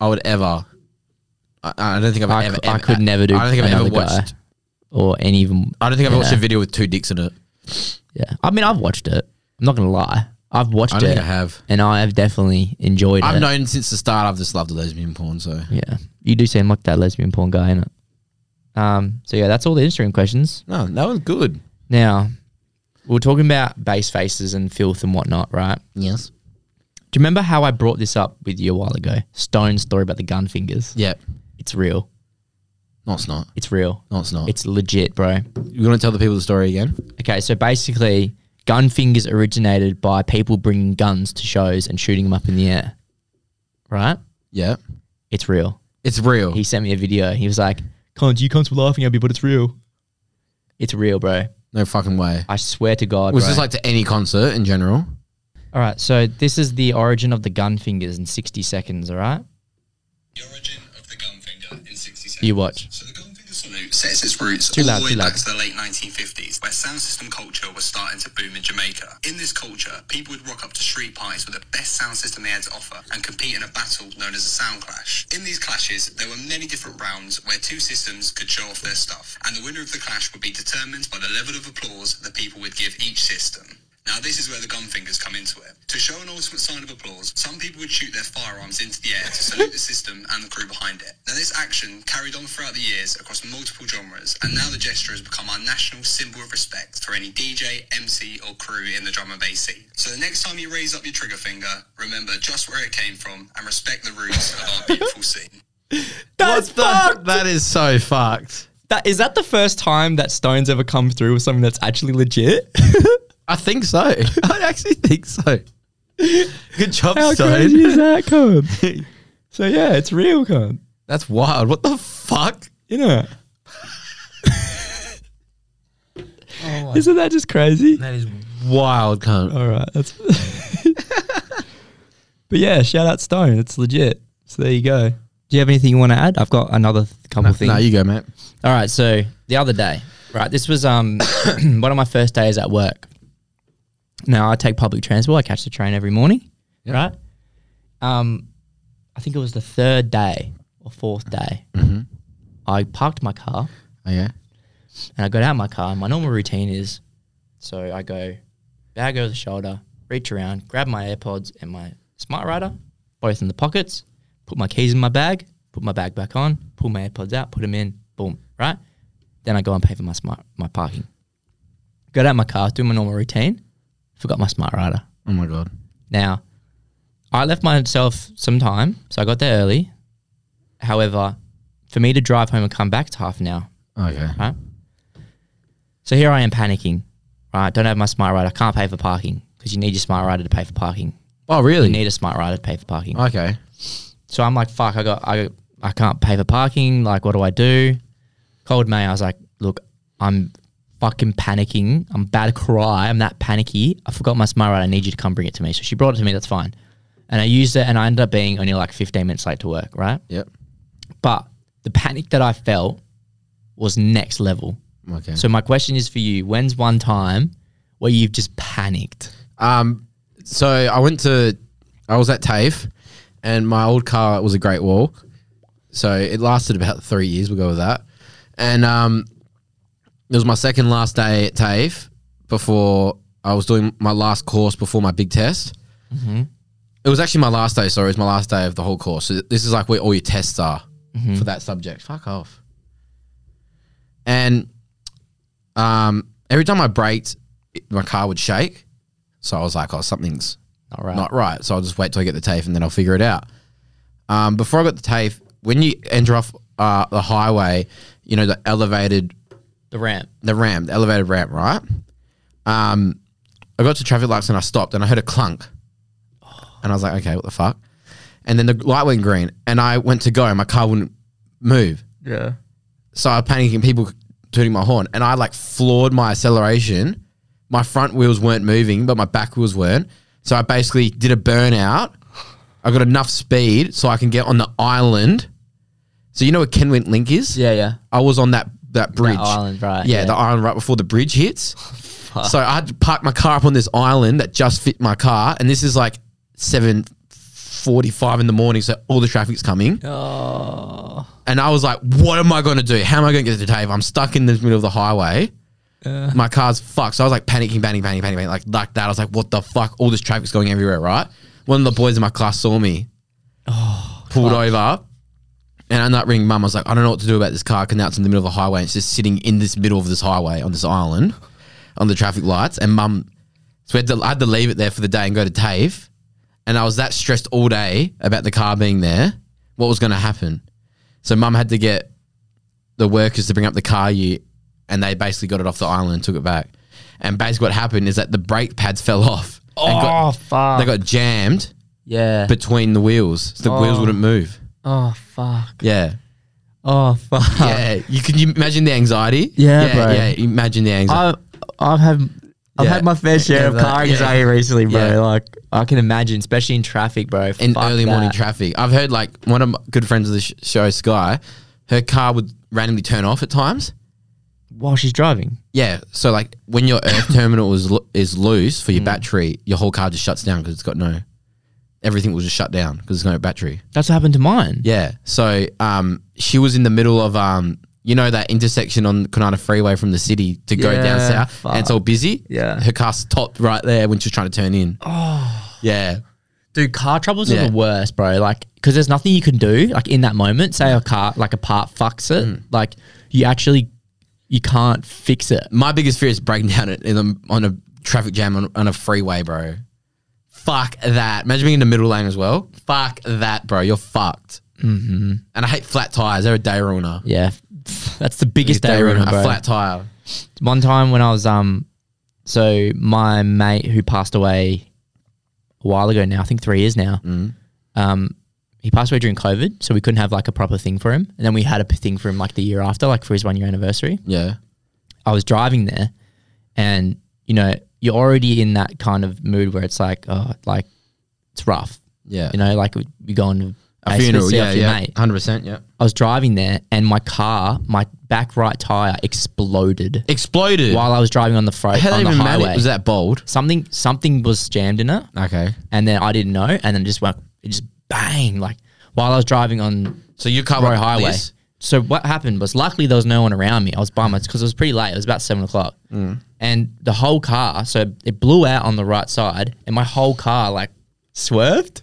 [SPEAKER 2] I would ever. I, I don't think I've
[SPEAKER 3] I,
[SPEAKER 2] ever,
[SPEAKER 3] c- I
[SPEAKER 2] ever-
[SPEAKER 3] could never do
[SPEAKER 2] I don't think I've ever
[SPEAKER 3] another
[SPEAKER 2] watched.
[SPEAKER 3] guy or any of them.
[SPEAKER 2] I don't think I've
[SPEAKER 3] Yeah.
[SPEAKER 2] watched a video with two dicks in it.
[SPEAKER 3] Yeah. I mean, I've watched it. I'm not going to lie. I've watched
[SPEAKER 2] I don't
[SPEAKER 3] it
[SPEAKER 2] think I have.
[SPEAKER 3] and I have definitely enjoyed
[SPEAKER 2] I've
[SPEAKER 3] it.
[SPEAKER 2] known since the start. I've just loved lesbian porn. So
[SPEAKER 3] yeah, you do seem like that lesbian porn guy, innit? Um, so yeah, that's all the Instagram questions.
[SPEAKER 2] no, that was good.
[SPEAKER 3] Now, we we're talking about base faces and filth and whatnot, right?
[SPEAKER 2] Yes.
[SPEAKER 3] Do you remember how I brought this up with you a while ago? Stone's story about the gun fingers.
[SPEAKER 2] Yeah.
[SPEAKER 3] It's real.
[SPEAKER 2] No, it's not.
[SPEAKER 3] It's real.
[SPEAKER 2] No, it's not.
[SPEAKER 3] It's legit, bro.
[SPEAKER 2] you want to tell the people the story again?
[SPEAKER 3] Okay, so basically, gun fingers originated by people bringing guns to shows and shooting them up in the air. Right?
[SPEAKER 2] Yeah.
[SPEAKER 3] It's real.
[SPEAKER 2] It's real.
[SPEAKER 3] He sent me a video. He was like, "Cons, you cons were laughing at me, but it's real. It's real, bro.
[SPEAKER 2] no fucking way.
[SPEAKER 3] I swear to God."
[SPEAKER 2] Was
[SPEAKER 3] bro.
[SPEAKER 2] this like to any concert in general?
[SPEAKER 3] all right? So this is the origin of the gun fingers in sixty seconds. All right,
[SPEAKER 4] The origin of the gunfinger in 60 seconds.
[SPEAKER 3] you watch.
[SPEAKER 4] So the gunfinger salute sets its roots
[SPEAKER 3] Too
[SPEAKER 4] all
[SPEAKER 3] loud,
[SPEAKER 4] the
[SPEAKER 3] too
[SPEAKER 4] way
[SPEAKER 3] loud.
[SPEAKER 4] back to the late 1950s, where sound system culture was starting to boom in Jamaica. In this culture, people would rock up to street parties with the best sound system they had to offer and compete in a battle known as a sound clash. In these clashes, there were many different rounds where two systems could show off their stuff, and the winner of the clash would be determined by the level of applause the people would give each system. Now this is where the gunfingers come into it. To show an ultimate sign of applause, some people would shoot their firearms into the air to salute the system and the crew behind it. Now this action carried on throughout the years across multiple genres, and now the gesture has become our national symbol of respect for any DJ, MC, or crew in the drum and bass scene. So the next time you raise up your trigger finger, remember just where it came from and respect the roots of our beautiful scene.
[SPEAKER 3] That's fucked.
[SPEAKER 2] That is so fucked.
[SPEAKER 3] That is that the first time that Stones ever come through with something that's actually legit.
[SPEAKER 2] I think so. I actually think so. Good job, Stone.
[SPEAKER 3] is that, Con? so yeah, it's real, Con.
[SPEAKER 2] That's wild. What the fuck?
[SPEAKER 3] You know. Isn't that just crazy?
[SPEAKER 2] Oh That is wild, cunt.
[SPEAKER 3] All right, that's. but yeah, shout out Stone. It's legit. So there you go. Do you have anything you want to add? I've got another th- couple things.
[SPEAKER 2] No, you go, mate.
[SPEAKER 3] All right, so the other day, right? This was um one of my first days at work. Now I take public transport. I catch the train every morning, right? Um, I think it was the third day or fourth day.
[SPEAKER 2] Mm-hmm.
[SPEAKER 3] I parked my car
[SPEAKER 2] Okay.
[SPEAKER 3] and I got out of my car. And my normal routine is so I go bag over the shoulder, reach around, grab my AirPods and my smart rider, both in the pockets, put my keys in my bag, put my bag back on, pull my AirPods out, put them in, boom, right? Then I go and pay for my smart my parking. Got out of my car, do my normal routine, forgot my smart rider.
[SPEAKER 2] Oh my god.
[SPEAKER 3] Now, I left myself some time, so I got there early. However, for me to drive home and come back, it's half an hour
[SPEAKER 2] Okay.
[SPEAKER 3] right? So here I am panicking, right? Don't have my smart rider. I can't pay for parking because you need your smart rider to pay for parking.
[SPEAKER 2] Oh really?
[SPEAKER 3] You need a smart rider to pay for parking.
[SPEAKER 2] okay.
[SPEAKER 3] So I'm like, fuck, I got, I, I can't pay for parking. Like, what do I do? Cold May, I was like, look, I'm fucking panicking. I'm about to cry. I'm that panicky. I forgot my smart rider. I need you to come bring it to me. So she brought it to me. That's fine. And I used it and I ended up being only like 15 minutes late to work, right?
[SPEAKER 2] Yep.
[SPEAKER 3] But the panic that I felt was next level.
[SPEAKER 2] Okay.
[SPEAKER 3] So my question is for you: When's one time where you've just panicked?
[SPEAKER 2] Um, so I went to, I was at TAFE, and my old car was a Great Wall, so it lasted about three years. We'll go with that. And um, it was my second last day at TAFE before I was doing my last course before my big test. It was actually my last day. Sorry, it was my last day of the whole course. So this is like where all your tests are for that subject. Fuck off. And um, every time I braked, it- my car would shake. So I was like, oh, something's
[SPEAKER 3] All right.
[SPEAKER 2] not right. So I'll just wait till I get the TAFE and then I'll figure it out. Um, before I got the TAFE, when you enter off uh, the highway, you know, the elevated,
[SPEAKER 3] the ramp.
[SPEAKER 2] the ramp, the elevated ramp, right? Um, I got to traffic lights and I stopped and I heard a clunk. And I was like, okay, what the fuck? And then the light went green and I went to go and my car wouldn't move.
[SPEAKER 3] Yeah.
[SPEAKER 2] So I was panicking, people tooting my horn, and I like floored my acceleration. My front wheels weren't moving, but my back wheels weren't. So I basically did a burnout. I got enough speed so I can get on the island. So you know where Kenwent Link is?
[SPEAKER 3] Yeah, yeah.
[SPEAKER 2] I was on that that bridge.
[SPEAKER 3] island, right,
[SPEAKER 2] Yeah,
[SPEAKER 3] yeah.
[SPEAKER 2] the island right before the bridge hits. so I had to park my car up on this island that just fit my car, and this is like seven forty-five in the morning, so all the traffic's coming. And I was like, what am I going to do? How am I going to get to the TAFE? I'm stuck in the middle of the highway. My car's fucked. So I was like panicking, panicking, panicking, panicking, like like that. I was like, what the fuck? All this traffic's going everywhere, right? One of the boys in my class saw me, pulled over, and I ended up ringing mum. I was like, I don't know what to do about this car. 'cause now it's in the middle of a highway. And it's just sitting in this middle of this highway on this island, on the traffic lights. And mum, so we had to, I had to leave it there for the day and go to TAFE. And I was that stressed all day about the car being there, what was going to happen. So mum had to get the workers to bring up the car you and they basically got it off the island and took it back. And basically what happened is that the brake pads fell off.
[SPEAKER 3] Oh,
[SPEAKER 2] and got,
[SPEAKER 3] fuck.
[SPEAKER 2] they got jammed
[SPEAKER 3] yeah.
[SPEAKER 2] between the wheels. So the wheels
[SPEAKER 3] Oh.
[SPEAKER 2] wouldn't move.
[SPEAKER 3] oh, fuck.
[SPEAKER 2] Yeah.
[SPEAKER 3] Oh, fuck.
[SPEAKER 2] Yeah. You can you imagine the anxiety?
[SPEAKER 3] Yeah, bro.
[SPEAKER 2] Yeah, imagine the anxiety.
[SPEAKER 3] I've, I've had I've
[SPEAKER 2] Yeah.
[SPEAKER 3] had my fair share
[SPEAKER 2] Yeah,
[SPEAKER 3] of
[SPEAKER 2] that-
[SPEAKER 3] car
[SPEAKER 2] yeah.
[SPEAKER 3] anxiety recently, bro.
[SPEAKER 2] Yeah.
[SPEAKER 3] Like I can imagine, especially in traffic, bro.
[SPEAKER 2] in
[SPEAKER 3] Fuck
[SPEAKER 2] early
[SPEAKER 3] that.
[SPEAKER 2] morning traffic. I've heard like one of my good friends of the sh- show, Sky, her car would randomly turn off at times.
[SPEAKER 3] while she's driving.
[SPEAKER 2] Yeah, so like when your earth terminal is lo- is loose for your
[SPEAKER 3] Mm.
[SPEAKER 2] battery, your whole car just shuts down because it's got no everything will just shut down because there's no battery.
[SPEAKER 3] That's what happened to mine.
[SPEAKER 2] Yeah, so um, she was in the middle of um, you know that intersection on Kanata Freeway from the city to go down
[SPEAKER 3] Yeah,
[SPEAKER 2] south, and it's all busy.
[SPEAKER 3] Yeah.
[SPEAKER 2] her car stopped right there when she was trying to turn in. Oh, yeah,
[SPEAKER 3] Dude, car troubles
[SPEAKER 2] Yeah.
[SPEAKER 3] are the worst, bro. Like, because there's nothing you can do. Like in that moment, say a car, like a part fucks it. Like you actually, you can't fix it.
[SPEAKER 2] my biggest fear is breaking down in- in a, on a traffic jam on, on a freeway, bro. Fuck that. Imagine being in the middle lane as well. Fuck that, bro. You're fucked. Mm-hmm. And I hate flat tires. They're a day ruiner.
[SPEAKER 3] Yeah, that's the biggest
[SPEAKER 2] Day
[SPEAKER 3] day ruiner,
[SPEAKER 2] A
[SPEAKER 3] bro.
[SPEAKER 2] flat tire.
[SPEAKER 3] One time when I was um, so my mate who passed away a while ago now, I think three years now. Um, he passed away during COVID, so we couldn't have like a proper thing for him. And then we had a p- thing for him like the year after, like for his one year anniversary.
[SPEAKER 2] Yeah.
[SPEAKER 3] I was driving there and you know, you're already in that kind of mood where it's like, oh, like it's rough.
[SPEAKER 2] Yeah.
[SPEAKER 3] You know, like you're going to
[SPEAKER 2] a
[SPEAKER 3] basically
[SPEAKER 2] funeral.
[SPEAKER 3] see off
[SPEAKER 2] Yeah.
[SPEAKER 3] your
[SPEAKER 2] Yeah.
[SPEAKER 3] mate.
[SPEAKER 2] 100%. Yeah.
[SPEAKER 3] I was driving there and my car, my back right tire exploded
[SPEAKER 2] Exploded.
[SPEAKER 3] while I was driving on the fro-
[SPEAKER 2] How
[SPEAKER 3] on
[SPEAKER 2] did
[SPEAKER 3] the
[SPEAKER 2] even matter?
[SPEAKER 3] highway.
[SPEAKER 2] Was that bold?
[SPEAKER 3] something something was jammed in it
[SPEAKER 2] Okay.
[SPEAKER 3] and then I didn't know and then it just went it just bang like while I was driving on
[SPEAKER 2] So you can't
[SPEAKER 3] Roy Highway. So what happened was luckily there was no one around me. I was by myself because it was pretty late. It was about seven o'clock, and the whole car. So it blew out on the right side, and my whole car like swerved.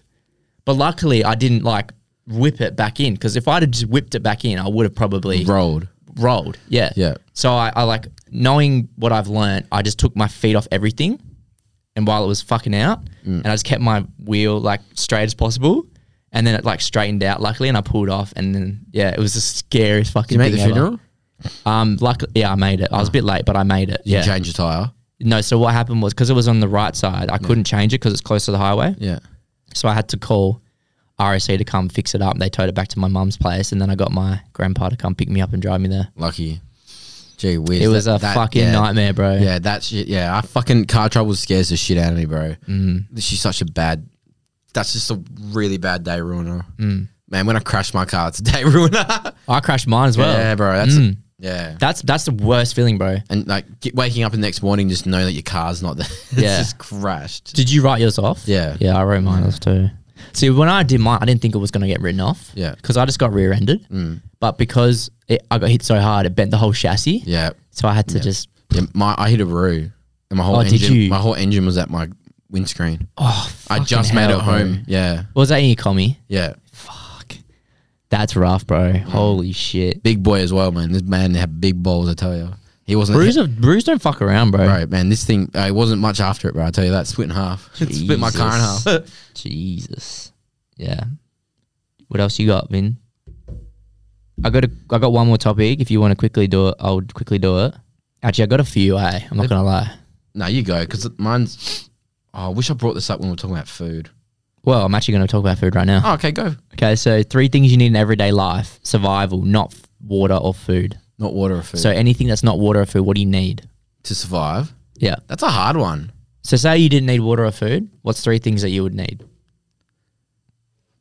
[SPEAKER 3] But luckily, I didn't like whip it back in because if I'd have just whipped it back in, I would have probably
[SPEAKER 2] Rolled.
[SPEAKER 3] rolled. Yeah.
[SPEAKER 2] Yeah.
[SPEAKER 3] So I, I like knowing what I've learned, I just took my feet off everything and while it was fucking out
[SPEAKER 2] Mm.
[SPEAKER 3] and I just kept my wheel like straight as possible. And then it like straightened out luckily and I pulled off and then yeah, it was the scariest fucking
[SPEAKER 2] Did you make the
[SPEAKER 3] thing ever.
[SPEAKER 2] funeral?
[SPEAKER 3] Um luckily yeah, I made it. I was a bit late, but I made it.
[SPEAKER 2] You
[SPEAKER 3] Yeah.
[SPEAKER 2] changed your tire.
[SPEAKER 3] no, so what happened was because it was on the right side, I couldn't change it because it's close to the highway.
[SPEAKER 2] Mm. Yeah.
[SPEAKER 3] So I had to call RSC to come fix it up. They towed it back to my mum's place and then I got my grandpa to come pick me up and drive me there.
[SPEAKER 2] Lucky. Gee whiz.
[SPEAKER 3] It was
[SPEAKER 2] That-
[SPEAKER 3] a
[SPEAKER 2] that-
[SPEAKER 3] fucking
[SPEAKER 2] yeah.
[SPEAKER 3] nightmare, bro.
[SPEAKER 2] Yeah, that shit. Yeah, I fucking car trouble scares the shit out of me, bro. Mm. She's such a bad. That's just a really bad day ruiner. Mm. Man, when I crash my car, it's a day ruiner.
[SPEAKER 3] I crashed mine as well. mm.
[SPEAKER 2] yeah, bro. That's yeah.
[SPEAKER 3] That's that's the worst feeling, bro.
[SPEAKER 2] and like get, waking up the next morning, just knowing that your car's not there. it's
[SPEAKER 3] Yeah.
[SPEAKER 2] just crashed.
[SPEAKER 3] Did you write yours off?
[SPEAKER 2] Yeah.
[SPEAKER 3] Yeah, I wrote mine off too. See, when I did mine, I didn't think it was going to get written off.
[SPEAKER 2] Yeah.
[SPEAKER 3] Because I just got rear ended. Mm. But because it, I got hit so hard, it bent the whole chassis.
[SPEAKER 2] Yeah.
[SPEAKER 3] So I had to just,
[SPEAKER 2] Yeah, my I hit a roo, and my whole
[SPEAKER 3] Oh,
[SPEAKER 2] engine,
[SPEAKER 3] did you?
[SPEAKER 2] my whole engine was at my windscreen.
[SPEAKER 3] oh,
[SPEAKER 2] I
[SPEAKER 3] fucking
[SPEAKER 2] just made
[SPEAKER 3] hell,
[SPEAKER 2] it
[SPEAKER 3] bro.
[SPEAKER 2] home. Yeah,
[SPEAKER 3] Was that in your commie?
[SPEAKER 2] yeah.
[SPEAKER 3] Fuck. That's rough, bro.
[SPEAKER 2] Mm.
[SPEAKER 3] Holy shit.
[SPEAKER 2] Big boy as well, man. This man had big balls. I tell you, he wasn't.
[SPEAKER 3] Bruise, bruise don't fuck around, bro.
[SPEAKER 2] Bro, man, this thing, uh, it wasn't much after it, bro. I tell you that, split in half. It split my car in half.
[SPEAKER 3] Jesus. Jesus. Yeah. What else you got, Vin? I got a, I got one more topic. If you want to quickly do it, I'll quickly do it. Actually, I got a few. Eh? I'm not gonna lie.
[SPEAKER 2] No, you go, because mine's. Oh, I wish I brought this up when we were talking about food.
[SPEAKER 3] Well, I'm actually gonna talk about food right now.
[SPEAKER 2] Oh, okay, go.
[SPEAKER 3] Okay, so three things you need in everyday life: survival, not f- water or food.
[SPEAKER 2] Not water or food.
[SPEAKER 3] So anything that's not water or food, what do you need?
[SPEAKER 2] to survive,
[SPEAKER 3] Yeah.
[SPEAKER 2] that's a hard one.
[SPEAKER 3] So say you didn't need water or food. What's three things that you would need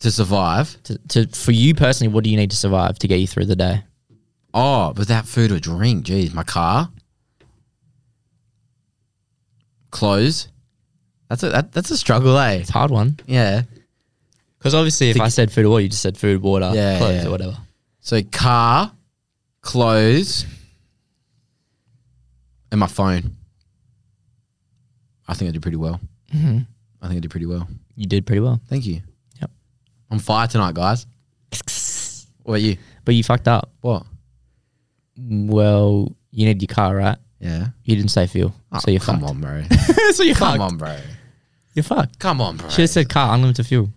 [SPEAKER 2] To survive.
[SPEAKER 3] to, to for you personally? What do you need to survive to get you through the day?
[SPEAKER 2] Oh, without food or drink, jeez, my car. Clothes. That's a that, that's a struggle, eh?
[SPEAKER 3] It's a hard one.
[SPEAKER 2] Yeah.
[SPEAKER 3] Because obviously, if I said food or water, you just said food, water,
[SPEAKER 2] Yeah,
[SPEAKER 3] clothes,
[SPEAKER 2] yeah.
[SPEAKER 3] or whatever.
[SPEAKER 2] So car, clothes, and my phone. I think I did pretty well.
[SPEAKER 3] Mhm.
[SPEAKER 2] I think I did pretty well.
[SPEAKER 3] You did pretty well.
[SPEAKER 2] Thank you.
[SPEAKER 3] Yep.
[SPEAKER 2] I'm fire tonight, guys. What about you?
[SPEAKER 3] But you fucked up.
[SPEAKER 2] What?
[SPEAKER 3] Well, you need your car, right?
[SPEAKER 2] Yeah.
[SPEAKER 3] You didn't say fuel.
[SPEAKER 2] Oh,
[SPEAKER 3] so you're
[SPEAKER 2] come
[SPEAKER 3] fucked.
[SPEAKER 2] on, bro.
[SPEAKER 3] so you're
[SPEAKER 2] come
[SPEAKER 3] fucked.
[SPEAKER 2] on, bro.
[SPEAKER 3] You're fucked.
[SPEAKER 2] Come on, bro.
[SPEAKER 3] Should have said car, unlimited fuel.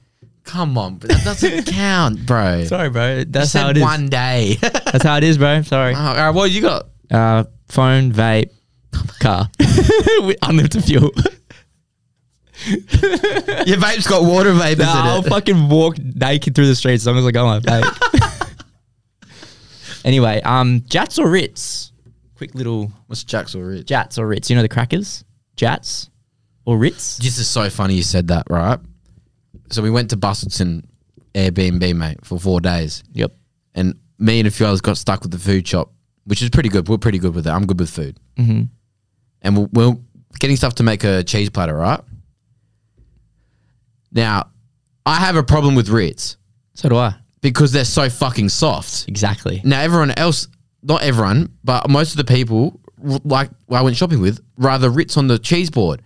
[SPEAKER 2] Come on, but that doesn't count, bro.
[SPEAKER 3] Sorry, bro.
[SPEAKER 2] You
[SPEAKER 3] That's
[SPEAKER 2] said
[SPEAKER 3] how it is.
[SPEAKER 2] one day. oh,
[SPEAKER 3] That's how it is, bro. Sorry.
[SPEAKER 2] all right, what you got?
[SPEAKER 3] Uh, phone, vape, car. With unlimited fuel.
[SPEAKER 2] Your vape's got water vapors
[SPEAKER 3] Nah, I'll
[SPEAKER 2] in it.
[SPEAKER 3] fucking walk naked through the streets as long as I got my vape. anyway, um, Jats or Ritz? Quick little
[SPEAKER 2] What's Jack's or Rich?
[SPEAKER 3] Jats or Ritz. You know the crackers? Jats or Ritz?
[SPEAKER 2] This is so funny you said that, right? So we went to Bustleton Airbnb, mate, for four days.
[SPEAKER 3] Yep.
[SPEAKER 2] And me and a few others got stuck with the food shop, which is pretty good. We're pretty good with it. I'm good with food. Mm-hmm. And we're, we're getting stuff to make a cheese platter, right? Now, I have a problem with Ritz
[SPEAKER 3] So do I.
[SPEAKER 2] because they're so fucking soft.
[SPEAKER 3] Exactly.
[SPEAKER 2] Now, everyone else, not everyone, but most of the people, r- like I went shopping with, rather Ritz on the cheese board.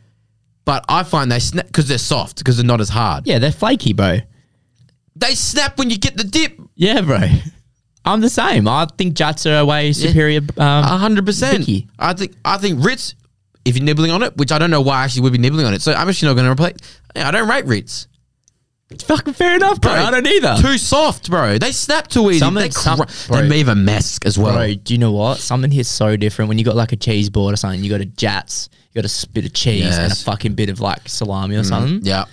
[SPEAKER 2] But I find they snap because they're soft, because they're not as hard.
[SPEAKER 3] Yeah, they're flaky, bro.
[SPEAKER 2] They snap when you get the dip,
[SPEAKER 3] Yeah, bro. I'm the same. I think Jats are a way superior. Um,
[SPEAKER 2] hundred percent.
[SPEAKER 3] Vicky.
[SPEAKER 2] I think I think Ritz, if you're nibbling on it, which I don't know why I actually would be nibbling on it, so I'm actually not going to replace. I don't rate Ritz.
[SPEAKER 3] it's fucking fair enough, bro.
[SPEAKER 2] Bro,
[SPEAKER 3] I don't either.
[SPEAKER 2] Too soft, bro. They snap too easy.
[SPEAKER 3] Some of-
[SPEAKER 2] they, cr-
[SPEAKER 3] some- bro.
[SPEAKER 2] they leave a mess as well.
[SPEAKER 3] Bro, do you know what? Something here's so different. When you got like a cheese board or something, you got a Jats, you got a bit of cheese and a
[SPEAKER 2] Yes.
[SPEAKER 3] fucking bit of like salami or something.
[SPEAKER 2] Yeah.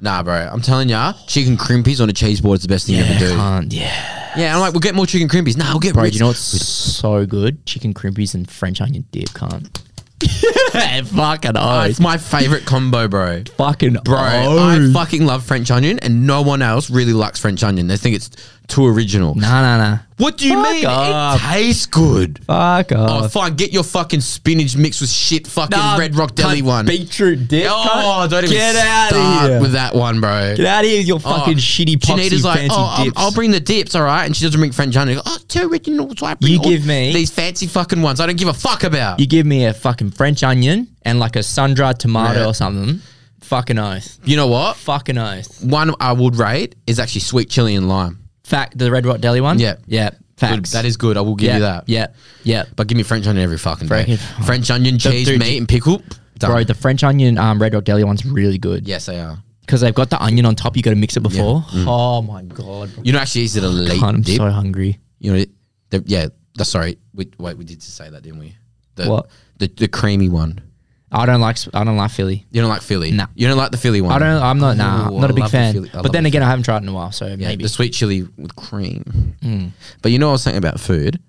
[SPEAKER 2] Nah, bro. I'm telling ya, chicken crimpies on a cheese board is the best thing you ever do.
[SPEAKER 3] can't. Yeah.
[SPEAKER 2] Yeah, I'm like, we'll get more chicken crimpies. Nah, we'll get
[SPEAKER 3] Bro,
[SPEAKER 2] Ritz.
[SPEAKER 3] do you know what's so good? Chicken crimpies and French onion dip, can't. fucking
[SPEAKER 2] Oh,
[SPEAKER 3] oh,
[SPEAKER 2] it's my favorite combo, bro.
[SPEAKER 3] fucking
[SPEAKER 2] Bro,
[SPEAKER 3] oh.
[SPEAKER 2] I fucking love French onion, and no one else really likes French onion. They think it's too original.
[SPEAKER 3] nah, nah,
[SPEAKER 2] What do you
[SPEAKER 3] Fuck
[SPEAKER 2] mean?
[SPEAKER 3] up.
[SPEAKER 2] It tastes good.
[SPEAKER 3] nah. Fuck
[SPEAKER 2] Oh,
[SPEAKER 3] off.
[SPEAKER 2] fine. Get your fucking spinach mixed with shit fucking
[SPEAKER 3] Nah,
[SPEAKER 2] Red Rock Deli
[SPEAKER 3] cunt,
[SPEAKER 2] one.
[SPEAKER 3] Beetroot dip.
[SPEAKER 2] oh,
[SPEAKER 3] cunt.
[SPEAKER 2] don't even
[SPEAKER 3] Get out
[SPEAKER 2] start
[SPEAKER 3] of here.
[SPEAKER 2] with that one, bro.
[SPEAKER 3] Get out of here with your
[SPEAKER 2] Oh,
[SPEAKER 3] fucking shitty poxy
[SPEAKER 2] Janita's like,
[SPEAKER 3] fancy
[SPEAKER 2] oh, um,
[SPEAKER 3] dips.
[SPEAKER 2] I'll bring the dips, all right? And she doesn't bring French onion. Oh, two original. So I bring
[SPEAKER 3] You
[SPEAKER 2] all
[SPEAKER 3] give me-
[SPEAKER 2] these fancy fucking ones. I don't give a fuck about.
[SPEAKER 3] You give me a fucking French onion and like a sun dried tomato
[SPEAKER 2] Yeah.
[SPEAKER 3] or something. Fucking oath.
[SPEAKER 2] you know what?
[SPEAKER 3] Fucking oath.
[SPEAKER 2] One I would rate is actually sweet chili and lime.
[SPEAKER 3] Fact, the Red Rock Deli one?
[SPEAKER 2] Yeah.
[SPEAKER 3] Yeah.
[SPEAKER 2] Good,
[SPEAKER 3] Facts.
[SPEAKER 2] that is good. I will give
[SPEAKER 3] yeah,
[SPEAKER 2] you that.
[SPEAKER 3] Yeah. Yeah.
[SPEAKER 2] But give me French onion every fucking day.
[SPEAKER 3] Frank-
[SPEAKER 2] French onion, cheese,
[SPEAKER 3] dude,
[SPEAKER 2] meat, and pickle. Done.
[SPEAKER 3] Bro, the French onion um, Red Rock Deli one's really good.
[SPEAKER 2] yes, they are.
[SPEAKER 3] Because they've got the onion on top. you got to mix it before. Oh my God.
[SPEAKER 2] You know, actually, is it a late
[SPEAKER 3] God, I'm
[SPEAKER 2] Mm. dip?
[SPEAKER 3] so hungry.
[SPEAKER 2] You know, the, yeah. The, sorry, we, wait. We did say that, didn't we? The,
[SPEAKER 3] What?
[SPEAKER 2] The, the creamy one.
[SPEAKER 3] I don't like s- I don't like Philly.
[SPEAKER 2] You don't like Philly.
[SPEAKER 3] Nah.
[SPEAKER 2] You don't like the Philly one.
[SPEAKER 3] I don't. I'm not. Nah.
[SPEAKER 2] Ooh,
[SPEAKER 3] I'm not a
[SPEAKER 2] I
[SPEAKER 3] big
[SPEAKER 2] love the
[SPEAKER 3] fan.
[SPEAKER 2] Philly- I
[SPEAKER 3] but
[SPEAKER 2] love
[SPEAKER 3] then
[SPEAKER 2] the
[SPEAKER 3] again, I haven't tried in a while, so
[SPEAKER 2] Yeah,
[SPEAKER 3] maybe. Hmm.
[SPEAKER 2] the sweet chili with cream. But you know, I was saying about food.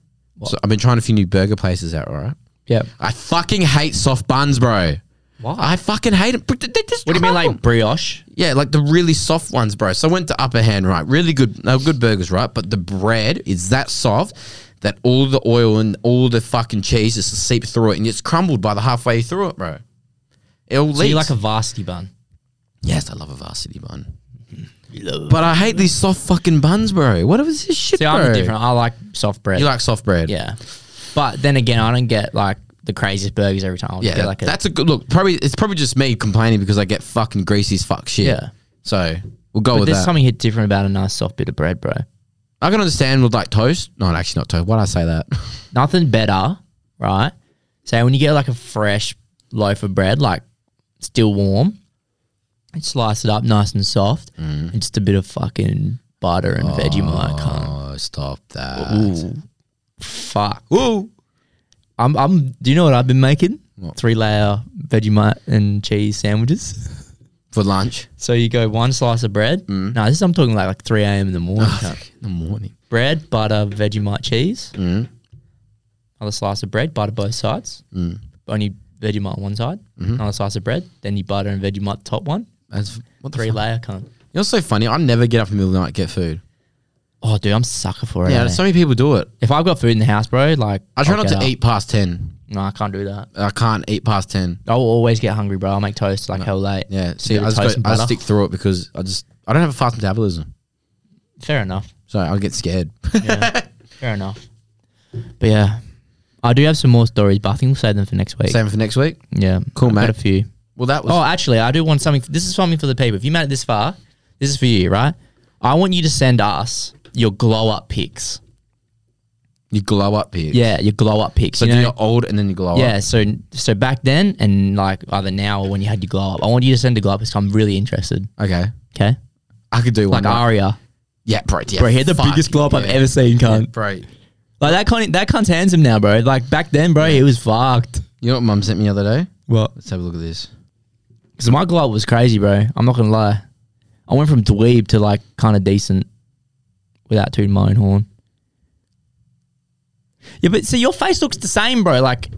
[SPEAKER 2] So I've been trying a few new burger places out. Right.
[SPEAKER 3] yeah.
[SPEAKER 2] I fucking hate soft buns, bro.
[SPEAKER 3] Why?
[SPEAKER 2] I fucking hate them. What
[SPEAKER 3] What do you mean, like brioche?
[SPEAKER 2] Yeah, like the really soft ones, bro. So I went to Upper Hand, right? Really good, no good burgers, right? But the bread is that soft that all the oil and all the fucking cheese just seep through it and it's crumbled by the halfway through it, bro. It all
[SPEAKER 3] So you like
[SPEAKER 2] leaks.
[SPEAKER 3] a varsity bun?
[SPEAKER 2] yes, I love a varsity bun, but I hate these soft fucking buns, bro. What is this shit,
[SPEAKER 3] See,
[SPEAKER 2] bro?
[SPEAKER 3] I'm different. I like soft bread.
[SPEAKER 2] You like soft bread,
[SPEAKER 3] Yeah. But then again, I don't get like the craziest burgers every time. I'll
[SPEAKER 2] yeah.
[SPEAKER 3] get like a,
[SPEAKER 2] that's a good look. Probably it's probably just me complaining because I get fucking greasy as fuck shit.
[SPEAKER 3] Yeah.
[SPEAKER 2] So we'll go
[SPEAKER 3] but
[SPEAKER 2] with
[SPEAKER 3] there's
[SPEAKER 2] that.
[SPEAKER 3] something here different about a nice soft bit of bread, bro.
[SPEAKER 2] I can understand with like toast. No, actually not toast. Why did I say that?
[SPEAKER 3] Nothing better, right? So when you get like a fresh loaf of bread, like still warm, and slice it up nice and soft,
[SPEAKER 2] Mm.
[SPEAKER 3] and just a bit of fucking butter and Vegemite. Cunt.
[SPEAKER 2] Oh, stop that.
[SPEAKER 3] Ooh, fuck. Ooh. I'm, I'm. Do you know what I've been making?
[SPEAKER 2] What?
[SPEAKER 3] Three layer Vegemite and cheese sandwiches.
[SPEAKER 2] For lunch?
[SPEAKER 3] So you go one slice of bread. No, this I'm talking like, like 3 a.m. in the morning. cunt.
[SPEAKER 2] In the morning.
[SPEAKER 3] bread, butter, Vegemite cheese. Another slice of bread, butter both sides. Only Vegemite on one side. Another slice of bread. Then you butter and Vegemite Mm-hmm. the top one.
[SPEAKER 2] That's what the
[SPEAKER 3] Three
[SPEAKER 2] fuck?
[SPEAKER 3] layer cunt.
[SPEAKER 2] You're so funny. I never get up in the middle of the night and get food.
[SPEAKER 3] Oh, dude, I'm sucker for it.
[SPEAKER 2] Yeah,
[SPEAKER 3] eh?
[SPEAKER 2] so many people do it.
[SPEAKER 3] if I've got food in the house, bro, like
[SPEAKER 2] I try
[SPEAKER 3] I'll
[SPEAKER 2] not
[SPEAKER 3] get
[SPEAKER 2] to
[SPEAKER 3] up.
[SPEAKER 2] eat past 10.
[SPEAKER 3] No, I can't do that.
[SPEAKER 2] I can't eat past 10.
[SPEAKER 3] I will always get hungry, bro. I'll make toast like hell late.
[SPEAKER 2] Yeah,
[SPEAKER 3] bit
[SPEAKER 2] see,
[SPEAKER 3] of
[SPEAKER 2] I just,
[SPEAKER 3] toast
[SPEAKER 2] go,
[SPEAKER 3] and
[SPEAKER 2] I
[SPEAKER 3] butter.
[SPEAKER 2] stick through it because I just, I don't have a fast metabolism.
[SPEAKER 3] Fair enough.
[SPEAKER 2] So I get scared.
[SPEAKER 3] Fair enough. But yeah, I do have some more stories, but I think we'll save them for next week.
[SPEAKER 2] Same for next week.
[SPEAKER 3] Yeah,
[SPEAKER 2] Cool,
[SPEAKER 3] I've
[SPEAKER 2] mate.
[SPEAKER 3] Got a few.
[SPEAKER 2] Well, that was
[SPEAKER 3] Oh, actually, I do want something. This is something for the people. If you made it this far, this is for you, right? I want you to send us your glow up pics.
[SPEAKER 2] you glow up here.
[SPEAKER 3] Yeah, your glow up pics.
[SPEAKER 2] So
[SPEAKER 3] you oh.
[SPEAKER 2] do
[SPEAKER 3] know?
[SPEAKER 2] your old and then you glow
[SPEAKER 3] yeah,
[SPEAKER 2] up.
[SPEAKER 3] so so back then and like either now or when you had your glow up, I want you to send a glow up because I'm really interested.
[SPEAKER 2] Okay.
[SPEAKER 3] Okay,
[SPEAKER 2] I could do one.
[SPEAKER 3] like Aria,
[SPEAKER 2] yeah, bro. Yeah,
[SPEAKER 3] bro, he had the
[SPEAKER 2] fuck,
[SPEAKER 3] biggest glow up I've
[SPEAKER 2] yeah.
[SPEAKER 3] ever seen, cunt.
[SPEAKER 2] Yeah, bro.
[SPEAKER 3] Like that cunt, that cunt's handsome now, bro. Like back then, bro, he was fucked.
[SPEAKER 2] You know what mum sent me the other day?
[SPEAKER 3] What?
[SPEAKER 2] Let's have a look at this.
[SPEAKER 3] Because my glow up was crazy, bro. I'm not gonna lie. I went from dweeb to like kind of decent without tooting my own horn. Yeah, but see, your face looks the same, bro. Like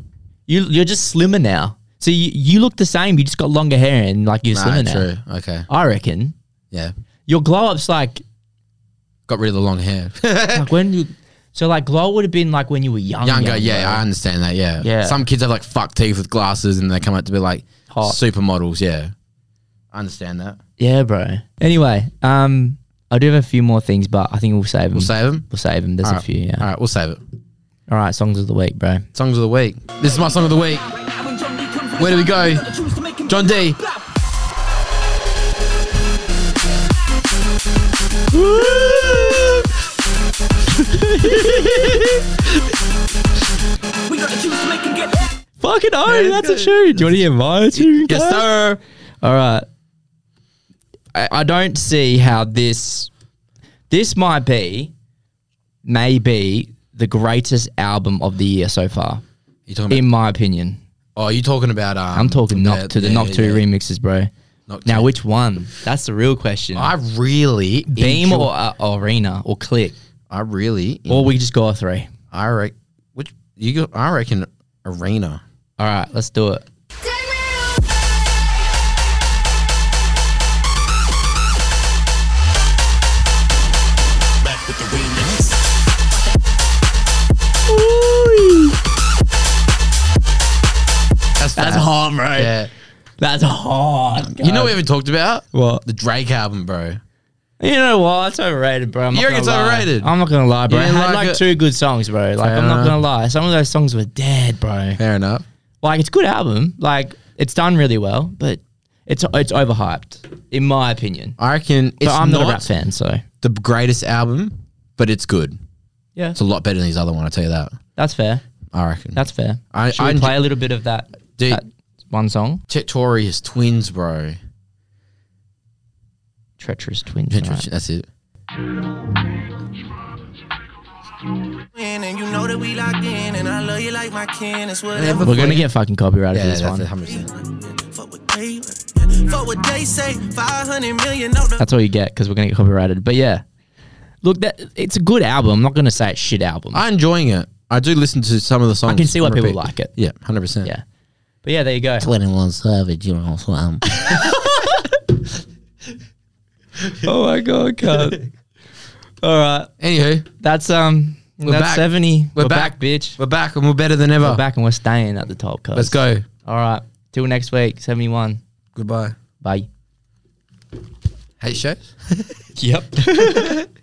[SPEAKER 3] you, you're just slimmer now. So you, you look the same. You just got longer hair and like you're
[SPEAKER 2] Nah,
[SPEAKER 3] slimmer
[SPEAKER 2] true.
[SPEAKER 3] now.
[SPEAKER 2] Okay.
[SPEAKER 3] I reckon
[SPEAKER 2] Yeah.
[SPEAKER 3] your glow up's like
[SPEAKER 2] Got rid of the long hair.
[SPEAKER 3] like when you. So like glow would have been like when you were younger.
[SPEAKER 2] Younger, yeah,
[SPEAKER 3] bro.
[SPEAKER 2] I understand that. Yeah.
[SPEAKER 3] Yeah.
[SPEAKER 2] Some kids have like fuck teeth with glasses and they come out to be like
[SPEAKER 3] Hot.
[SPEAKER 2] supermodels. Yeah. I understand that.
[SPEAKER 3] yeah, bro. Anyway, um, I do have a few more things, but I think we'll save them.
[SPEAKER 2] We'll save them.
[SPEAKER 3] We'll save them. There's a few. Yeah.
[SPEAKER 2] All right, we'll save it.
[SPEAKER 3] All right, songs of the week, bro.
[SPEAKER 2] Songs of the week. This is my song of the week. Where do we go? John D.
[SPEAKER 3] Fucking oh, that's a tune. Do you want to hear my tune?
[SPEAKER 2] Yes,
[SPEAKER 3] guys?
[SPEAKER 2] sir.
[SPEAKER 3] All right. I, I don't see how this this might be maybe the greatest album of the year so far,
[SPEAKER 2] You talking
[SPEAKER 3] in
[SPEAKER 2] about?
[SPEAKER 3] my opinion.
[SPEAKER 2] Oh, you talking about? Um,
[SPEAKER 3] I'm talking
[SPEAKER 2] yeah,
[SPEAKER 3] knock to the
[SPEAKER 2] yeah,
[SPEAKER 3] knock to
[SPEAKER 2] yeah.
[SPEAKER 3] remixes, bro.
[SPEAKER 2] Knock
[SPEAKER 3] Now,
[SPEAKER 2] Two.
[SPEAKER 3] which one? That's the real question.
[SPEAKER 2] I really
[SPEAKER 3] Beam
[SPEAKER 2] enjoy-
[SPEAKER 3] or uh, Arena or Click,
[SPEAKER 2] I really
[SPEAKER 3] or we just go with three.
[SPEAKER 2] I reckon. Which you? Go, I reckon arena.
[SPEAKER 3] All right, let's do it. That's
[SPEAKER 2] fat.
[SPEAKER 3] hard, bro.
[SPEAKER 2] Yeah.
[SPEAKER 3] That's hard.
[SPEAKER 2] You know what we haven't talked about
[SPEAKER 3] what?
[SPEAKER 2] the Drake album, bro.
[SPEAKER 3] You know what? It's overrated, bro. I'm not
[SPEAKER 2] You reckon
[SPEAKER 3] gonna
[SPEAKER 2] it's
[SPEAKER 3] lie.
[SPEAKER 2] overrated?
[SPEAKER 3] I'm not gonna lie, bro.
[SPEAKER 2] You
[SPEAKER 3] I
[SPEAKER 2] didn't
[SPEAKER 3] had
[SPEAKER 2] like
[SPEAKER 3] like
[SPEAKER 2] it?
[SPEAKER 3] two good songs, bro. Like
[SPEAKER 2] Fair
[SPEAKER 3] I'm not gonna
[SPEAKER 2] enough.
[SPEAKER 3] lie. Some of those songs were dead, bro.
[SPEAKER 2] Fair enough.
[SPEAKER 3] Like it's a good album. Like it's done really well, but it's it's overhyped, in my opinion.
[SPEAKER 2] I reckon it's
[SPEAKER 3] But I'm
[SPEAKER 2] not,
[SPEAKER 3] not, a rap fan, so
[SPEAKER 2] the greatest album, but it's good.
[SPEAKER 3] yeah,
[SPEAKER 2] It's a lot better than his other one. I tell you that.
[SPEAKER 3] that's fair.
[SPEAKER 2] I reckon.
[SPEAKER 3] That's fair.
[SPEAKER 2] I-
[SPEAKER 3] Should
[SPEAKER 2] I
[SPEAKER 3] we
[SPEAKER 2] enjoy-
[SPEAKER 3] play a little bit of that,
[SPEAKER 2] Dude.
[SPEAKER 3] that one song?
[SPEAKER 2] Chet Torrey is twins, bro.
[SPEAKER 3] Treacherous Twins.
[SPEAKER 2] Chet-
[SPEAKER 3] right.
[SPEAKER 2] That's it.
[SPEAKER 5] in, and you know that we locked in, and I love you like my kin. It's whatever.
[SPEAKER 2] Whatever.
[SPEAKER 3] We're gonna get fucking copyrighted
[SPEAKER 2] Yeah,
[SPEAKER 3] for this
[SPEAKER 2] that's
[SPEAKER 3] one.
[SPEAKER 2] it. 100%.
[SPEAKER 5] Fuck what they, fuck what they say. Five hundred million. No, the
[SPEAKER 3] That's all you get because we're gonna get copyrighted. But yeah, look, that it's a good album. I'm not gonna say it's shit album.
[SPEAKER 2] I'm enjoying it. I do listen to some of the songs.
[SPEAKER 3] I can see why
[SPEAKER 2] on
[SPEAKER 3] people
[SPEAKER 2] repeat.
[SPEAKER 3] like it.
[SPEAKER 2] Yeah, hundred percent.
[SPEAKER 3] Yeah. But yeah, there you go.
[SPEAKER 2] Twenty one Savage, you know what I'm saying?
[SPEAKER 3] oh my god, God. All right.
[SPEAKER 2] Anywho,
[SPEAKER 3] That's um that's
[SPEAKER 2] back.
[SPEAKER 3] 70.
[SPEAKER 2] We're back.
[SPEAKER 3] bitch.
[SPEAKER 2] we're back and we're better than ever.
[SPEAKER 3] We're back and we're staying at the top, cuz.
[SPEAKER 2] Let's go.
[SPEAKER 3] All right. Till next week, 71.
[SPEAKER 2] Goodbye.
[SPEAKER 3] Bye.
[SPEAKER 2] Hate shows.
[SPEAKER 3] Yep.